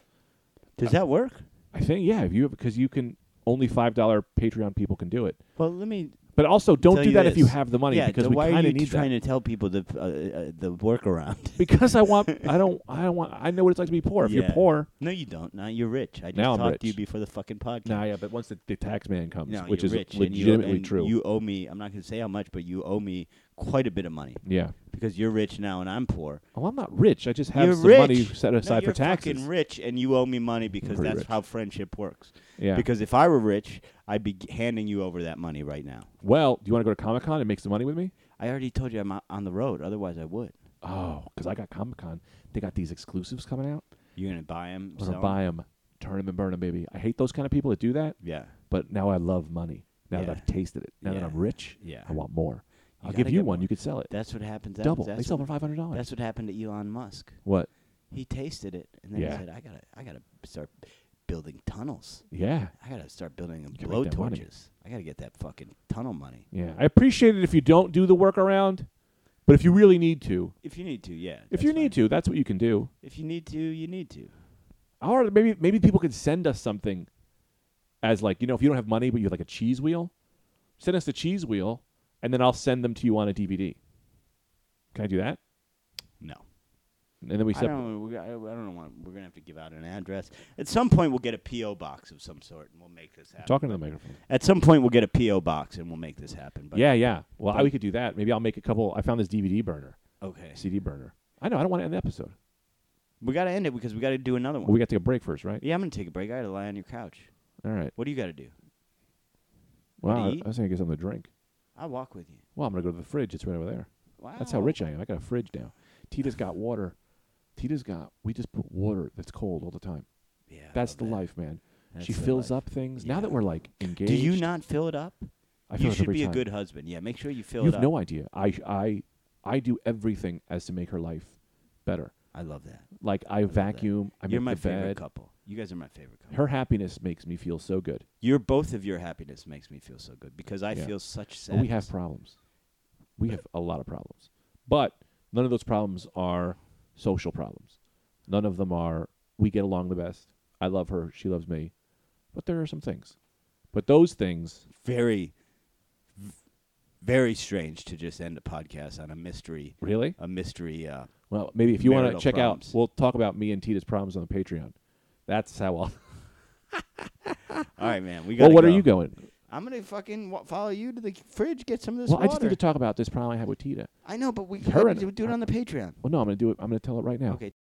Does that work?
I think yeah, if you because you can only $5 Patreon people can do it.
Well, let me.
But also don't
tell
do
you
that if
this.
you have the money
yeah,
because
then
we
why
kind
are
of
you
need
trying
that.
to tell people the uh, uh, the workaround?
Because I want I don't I don't want I know what it's like to be poor. If
Yeah.
you're poor,
no, you don't. Now you're rich. I just
Now I'm
talked
rich.
to you before the fucking podcast.
nah, yeah, but once the, the tax man comes,
No,
which
you're
is
rich and you-
legitimately
and
true.
You owe me. I'm not going to say how much, but you owe me quite a bit of money
yeah.
because you're rich now and I'm poor.
Oh, I'm not rich. I just have
you're
some
rich.
money set
No,
aside
you're
for taxes.
fucking rich, and you owe me money because
pretty
that's
rich.
how friendship works.
Yeah.
Because if I were rich, I'd be g- handing you over that money right now.
Well, do you want to go to Comic Con and make some money with me?
I already told you I'm o- on the road. Otherwise, I would.
Oh, because I got Comic Con. They got these exclusives coming out.
You're gonna buy them.
I'm gonna buy them, turn them and burn them, baby. I hate those kind of people that do that.
Yeah.
But now I love money. Now
Yeah.
that I've tasted it. Now that
Yeah.
I'm rich.
Yeah.
I want more. I'll
gotta
give you
get
one.
more.
You could sell it.
That's what happens. That-
Double. They
That's
sell
what,
for five hundred dollars.
that's what happened to Elon Musk.
What?
He tasted it, and then
Yeah.
he said, "I gotta, I gotta start building tunnels.
Yeah.
I gotta start building them
can make that money.
blowtorches. I gotta get that fucking tunnel money.
Yeah. I appreciate it if you don't do the workaround, but if you really need to,
If you need to, yeah.
if you need to, that's what you can do.
if you need to, you need to.
Or maybe maybe people could send us something as like you know if you don't have money but you have like a cheese wheel, send us the cheese wheel, and then I'll send them to you on a DVD. Can I do that?
No.
And then we
I
sep-
don't, we- I, I don't know. What, we're gonna have to give out an address at some point. We'll get a PO box of some sort, and we'll make this happen.
talking to the microphone.
At some point, we'll get a PO box, and we'll make this happen. But
yeah, yeah. Well,
but-
we could do that. Maybe I'll make a couple. I found this DVD burner,
Okay.
CD burner. I know. I don't want to end the episode.
We gotta end it because we gotta do another one.
Well, we got to take a break first, right?
yeah, I'm gonna take a break. I gotta lie on your couch.
All right.
What do you gotta do?
Well, I,
do you
I was going to get something to drink.
I'll walk with you.
Well, I'm going to go to the fridge. It's right over there.
Wow.
That's how rich I am. I got a fridge now. Tita's got water. Tita's got. We just put water that's cold all the time.
Yeah. I
That's
love
the
that.
life, man.
That's
she
the
fills
life.
up things.
Yeah.
Now that we're like engaged,
Do you not fill it up?
I fill
you
it up
should
every
be
time.
a good husband. Yeah, make sure you fill
You
it
have
up.
no idea. I I I do everything as to make her life better.
I love that.
Like I
love that.
vacuum. I
You're
make
my
the
favorite
bed.
couple. You guys are my favorite couple.
Her happiness makes me feel so good.
Your both of your happiness makes me feel so good because I
Yeah.
feel such
But
sadness.
we have problems. We have a lot of problems. But none of those problems are social problems. None of them are we get along the best. I love her, she loves me. But there are some things. But those things
very, v- very strange to just end a podcast on a mystery,
really?
a mystery. Uh,
Well, maybe if you want to
Marital
check out
problems.
we'll talk about me and Tita's problems on the Patreon. That's how I'll
all right, man. We got.
Well, what are you going?
I'm gonna fucking wa- follow you to the fridge, get some of this
Well, I
water.
just need to talk about this problem I had with Tita.
I know, but we
Her and-
do it on the Patreon.
Well, no, I'm going to do it. I'm going to tell it right now.
Okay,